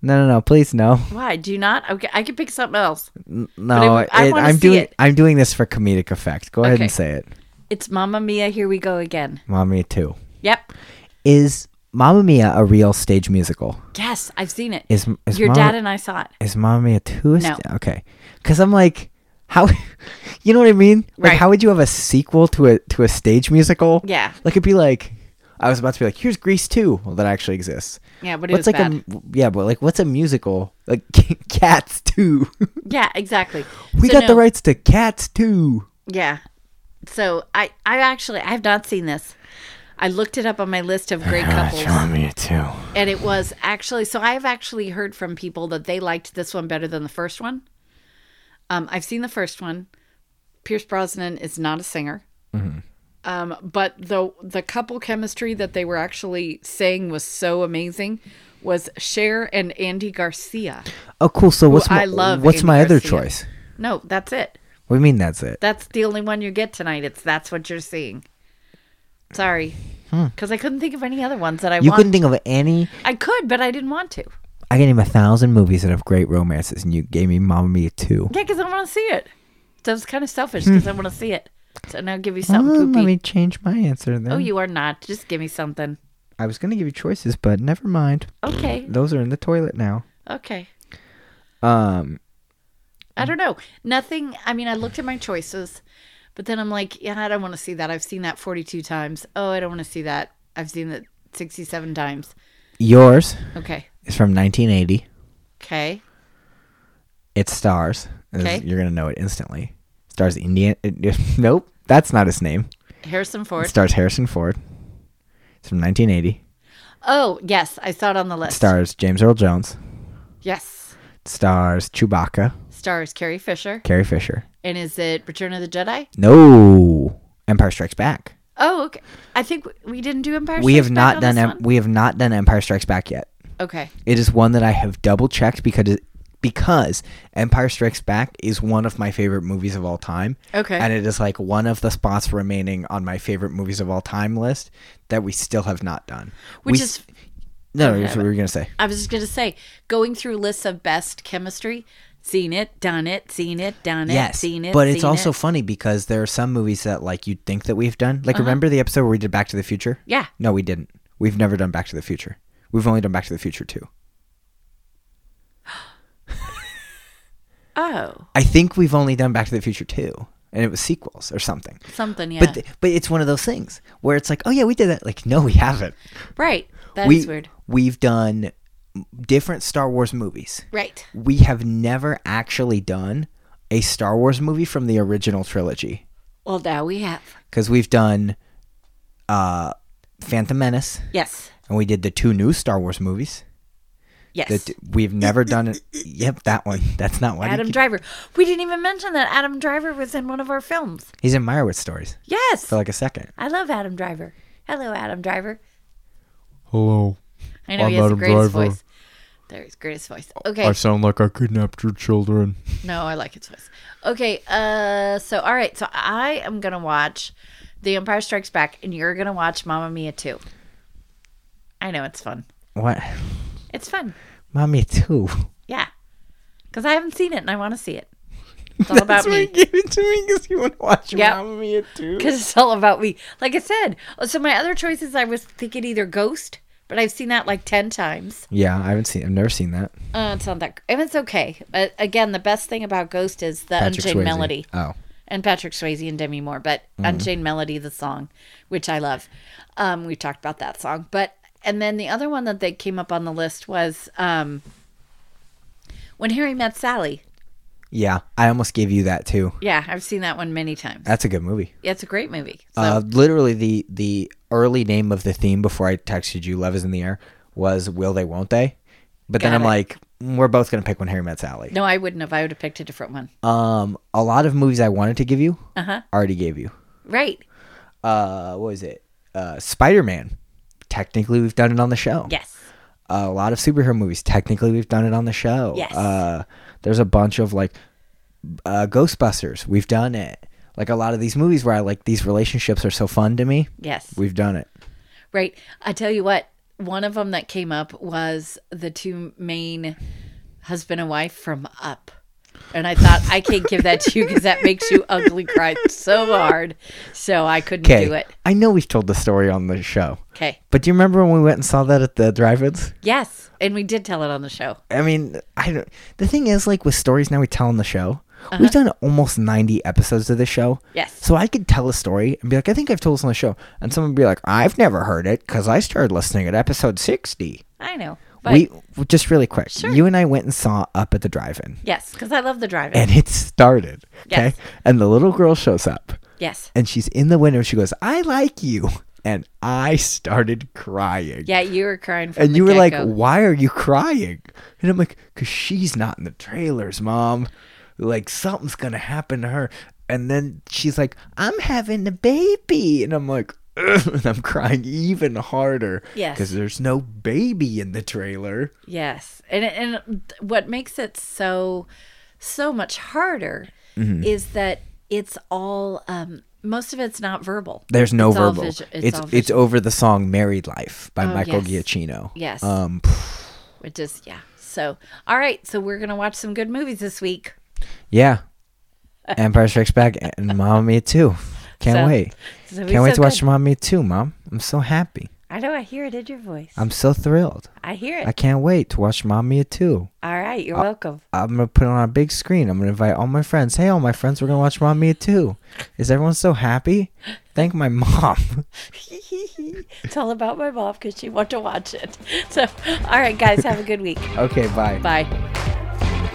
Speaker 1: No, no, no. Please no.
Speaker 2: Why? Do you not? Okay, I could pick something else.
Speaker 1: N-
Speaker 2: I-
Speaker 1: No.
Speaker 2: I wanna
Speaker 1: am
Speaker 2: see
Speaker 1: doing.
Speaker 2: it.
Speaker 1: I'm doing this for comedic effect. Go ahead and
Speaker 2: Okay.
Speaker 1: say it.
Speaker 2: It's Mamma Mia. Here we go again.
Speaker 1: Mamma too.
Speaker 2: Yep.
Speaker 1: Is Mamma Mia a real stage musical?
Speaker 2: Yes, I've seen it.
Speaker 1: Is is
Speaker 2: Your
Speaker 1: Mamma-
Speaker 2: dad and I saw it.
Speaker 1: Is Mamma Mia 2 a
Speaker 2: No.
Speaker 1: st- okay? Because I'm like, how, you know what I mean? Like,
Speaker 2: Right.
Speaker 1: how would you have a sequel to a to a stage musical?
Speaker 2: Yeah.
Speaker 1: like it'd be like, I was about to be like, here's Grease two. Well, that actually exists.
Speaker 2: Yeah, but it
Speaker 1: What's
Speaker 2: was
Speaker 1: like
Speaker 2: bad.
Speaker 1: a yeah, but like what's a musical like Cats two?
Speaker 2: Yeah, exactly.
Speaker 1: we
Speaker 2: So
Speaker 1: got the
Speaker 2: no-
Speaker 1: rights to Cats two.
Speaker 2: Yeah. So I, I actually, I have not seen this. I looked it up on my list of great
Speaker 1: Uh,
Speaker 2: couples,
Speaker 1: Mamma Mia two.
Speaker 2: and it was actually. So I've actually heard from people that they liked this one better than the first one. Um, I've seen the first one. Pierce Brosnan is not a singer,
Speaker 1: Mm-hmm.
Speaker 2: um, but the the couple chemistry that they were actually saying was so amazing was Cher and Andy Garcia.
Speaker 1: Oh, cool. So what's
Speaker 2: Who
Speaker 1: my
Speaker 2: I love
Speaker 1: what's
Speaker 2: Andy
Speaker 1: my other
Speaker 2: Garcia.
Speaker 1: choice?
Speaker 2: No, that's it.
Speaker 1: What do you mean that's it?
Speaker 2: That's the only one you get tonight. It's that's what you're seeing. Sorry, because I couldn't think of any other ones that I
Speaker 1: Hmm. You
Speaker 2: want.
Speaker 1: couldn't think of any.
Speaker 2: I could, but I didn't want to.
Speaker 1: I can name a thousand movies that have great romances, and you gave me Mamma Mia two.
Speaker 2: Yeah, because I want to see it. So it's kind of selfish
Speaker 1: Hmm.
Speaker 2: because I want to see it. So now give me something
Speaker 1: Well,
Speaker 2: poopy.
Speaker 1: Ah, let me change my answer then.
Speaker 2: Oh, you are not. Just give me something.
Speaker 1: I was gonna give you choices, but never mind.
Speaker 2: Okay,
Speaker 1: Those are in the toilet now.
Speaker 2: okay.
Speaker 1: Um,
Speaker 2: I don't know. Nothing. I mean, I looked at my choices, but then I'm like, yeah, I don't want to see that. I've seen that 42 times. Oh, I don't want to see that. I've seen that 67 times.
Speaker 1: yours
Speaker 2: Okay,
Speaker 1: is from 1980.
Speaker 2: okay.
Speaker 1: It stars. as
Speaker 2: Okay.
Speaker 1: You're gonna know it instantly. Stars Indian. it- nope, that's not his name.
Speaker 2: Harrison
Speaker 1: It
Speaker 2: Ford.
Speaker 1: stars Harrison Ford. It's from 1980.
Speaker 2: Oh, yes, I saw it on the
Speaker 1: It
Speaker 2: list.
Speaker 1: stars James Earl Jones.
Speaker 2: Yes.
Speaker 1: It stars Chewbacca.
Speaker 2: Stars Carrie Fisher.
Speaker 1: Carrie Fisher.
Speaker 2: And is it Return of the Jedi?
Speaker 1: No. Empire Strikes Back.
Speaker 2: Oh, okay. I think w- we didn't do Empire
Speaker 1: we
Speaker 2: Strikes
Speaker 1: have
Speaker 2: Back
Speaker 1: not
Speaker 2: on
Speaker 1: done.
Speaker 2: this
Speaker 1: Em-
Speaker 2: one?
Speaker 1: we have not done Empire Strikes Back yet.
Speaker 2: Okay.
Speaker 1: It is one that I have double checked because it, because Empire Strikes Back is one of my favorite movies of all time.
Speaker 2: Okay.
Speaker 1: And it is like one of the spots remaining on my favorite movies of all time list that we still have not done. We
Speaker 2: Which is-
Speaker 1: s- no, that's what we were gonna say.
Speaker 2: I was just going to say going through lists of best chemistry, seen it, done it, seen it, done it,
Speaker 1: Yes,
Speaker 2: seen it.
Speaker 1: but it's
Speaker 2: seen
Speaker 1: also
Speaker 2: it.
Speaker 1: funny because there are some movies that like you'd think that we've done. Like remember the episode where we did Back to the Future?
Speaker 2: Uh-huh. Yeah.
Speaker 1: No, we didn't. We've never done Back to the Future. We've only done Back to the Future two.
Speaker 2: Oh,
Speaker 1: I think we've only done Back to the Future two, and it was sequels or something.
Speaker 2: something, yeah.
Speaker 1: But th- but it's one of those things where it's like, oh yeah, we did that. Like, no, we haven't.
Speaker 2: right. That
Speaker 1: we
Speaker 2: is weird.
Speaker 1: we've done different Star Wars movies.
Speaker 2: Right.
Speaker 1: We have never actually done a Star Wars movie from the original trilogy
Speaker 2: Well, now we have.
Speaker 1: because we've done uh, Phantom Menace,
Speaker 2: Yes.
Speaker 1: and we did the two new Star Wars movies.
Speaker 2: Yes.
Speaker 1: That we've never done. It. Yep, that one. That's not one.
Speaker 2: Adam Driver. We didn't even mention that Adam Driver was in one of our films.
Speaker 1: He's in Meyerowitz stories
Speaker 2: Yes.
Speaker 1: for like a second.
Speaker 2: I love Adam Driver. Hello, Adam Driver.
Speaker 4: Hello.
Speaker 2: I know
Speaker 4: I'm
Speaker 2: he has
Speaker 4: Adam
Speaker 2: the greatest
Speaker 4: Driver.
Speaker 2: voice. There's greatest voice. Okay.
Speaker 4: I sound like I kidnapped your children.
Speaker 2: No, I like his voice. Okay. Uh. So all right. So I am gonna watch The Empire Strikes Back, and you're gonna watch Mamma Mia too. I know it's fun.
Speaker 1: What?
Speaker 2: It's fun.
Speaker 1: Mommy too.
Speaker 2: Yeah. Because I haven't seen it, and I want to see it. It's all about me.
Speaker 1: Give it to me because you want to watch
Speaker 2: Yep.
Speaker 1: Mamma Mia too.
Speaker 2: Because it's all about me. Like I said. oh, So my other choices, I was thinking either Ghost, but I've seen that like ten times.
Speaker 1: Yeah, I haven't seen. I've never seen that.
Speaker 2: Uh, it's not that. gr- And it's okay. Uh, again, the best thing about Ghost is the Unchained
Speaker 1: Swayze.
Speaker 2: Melody.
Speaker 1: Oh,
Speaker 2: and Patrick Swayze and Demi Moore, but Unchained Melody, the song, which I love. Um, we talked about that song, but and then the other one that they came up on the list was um, when Harry met Sally.
Speaker 1: Yeah, I almost gave you that too.
Speaker 2: Yeah, I've seen that one many times.
Speaker 1: That's a good movie.
Speaker 2: Yeah, it's a great movie. So
Speaker 1: Uh, literally, the the early name of the theme before I texted you "Love Is in the Air" was "Will They, Won't They," but then
Speaker 2: Got
Speaker 1: I'm
Speaker 2: it.
Speaker 1: like, we're both gonna pick "When Harry Met Sally."
Speaker 2: no, I wouldn't have. I would have picked a different one.
Speaker 1: Um, a lot of movies I wanted to give you,
Speaker 2: Uh-huh.
Speaker 1: already gave you.
Speaker 2: Right.
Speaker 1: Uh, what was it? Uh, Spider Man. Technically, we've done it on the show.
Speaker 2: Yes.
Speaker 1: a lot of superhero movies. Technically, we've done it on the show.
Speaker 2: Yes.
Speaker 1: Uh, there's a bunch of like uh, Ghostbusters. We've done it. Like a lot of these movies where I like these relationships are so fun to me.
Speaker 2: Yes.
Speaker 1: We've done it.
Speaker 2: Right. I tell you what, one of them that came up was the two main husband and wife from Up. And I thought, I can't give that to you because that makes you ugly cry so hard. So I couldn't
Speaker 1: Okay.
Speaker 2: do it.
Speaker 1: I know we've told the story on the show,
Speaker 2: Okay.
Speaker 1: but do you remember when we went and saw that at the drive-ins?
Speaker 2: Yes. And we did tell it on the show.
Speaker 1: I mean, I don't, the thing is, like with stories now we tell on the show, we've
Speaker 2: Uh-huh.
Speaker 1: done almost 90 episodes of this show.
Speaker 2: Yes.
Speaker 1: So I could tell a story and be like, I think I've told this on the show. And someone would be like, I've never heard it because I started listening at episode 60.
Speaker 2: I know. But
Speaker 1: we w- just really quick.
Speaker 2: Sure.
Speaker 1: You and I went and saw Up at the Drive-In,
Speaker 2: yes, because I love the driving.
Speaker 1: and it started. Okay,
Speaker 2: Yes.
Speaker 1: and the little girl shows up,
Speaker 2: yes.
Speaker 1: and she's in the window. and She goes, "I like you," and I started crying.
Speaker 2: Yeah, you were crying from
Speaker 1: And
Speaker 2: the
Speaker 1: you were like,
Speaker 2: get-go.
Speaker 1: "Why are you crying?" And I'm like, "Cause she's not in the trailers, mom. Like something's gonna happen to her." And then she's like, "I'm having a baby," and I'm like, "Ugh," and I'm crying even harder.
Speaker 2: Yes.
Speaker 1: Because there's no baby in the trailer.
Speaker 2: Yes. And and what makes it so so much harder
Speaker 1: Mm-hmm.
Speaker 2: is that it's all um most of it's not verbal.
Speaker 1: There's no
Speaker 2: It's all
Speaker 1: verbal.
Speaker 2: visu- it's
Speaker 1: it's
Speaker 2: all Oh,
Speaker 1: it's, over the song "Married Life" by Michael
Speaker 2: yes.
Speaker 1: Giacchino.
Speaker 2: Yes.
Speaker 1: Um, pff,
Speaker 2: It just yeah. So, all right, so we're going to watch some good movies this week.
Speaker 1: yeah. Empire Strikes Back and Mamma Mia too. Can't
Speaker 2: So-
Speaker 1: wait.
Speaker 2: so it'll be
Speaker 1: Can't wait
Speaker 2: so
Speaker 1: to watch
Speaker 2: good.
Speaker 1: Mamma Mia too, Mom. I'm so happy.
Speaker 2: I know I hear it in your voice.
Speaker 1: I'm so thrilled.
Speaker 2: I hear
Speaker 1: I
Speaker 2: it.
Speaker 1: can't wait to watch Mamma Mia too.
Speaker 2: All right, you're welcome.
Speaker 1: I'm gonna put it on a big screen. I'm gonna invite all my friends. Hey, all my friends, we're gonna watch Mamma Mia too. Is everyone so happy? Thank my mom.
Speaker 2: it's all about my mom cuz she wanted to watch it. So, all right guys, have a good week.
Speaker 1: okay, bye.
Speaker 2: Bye.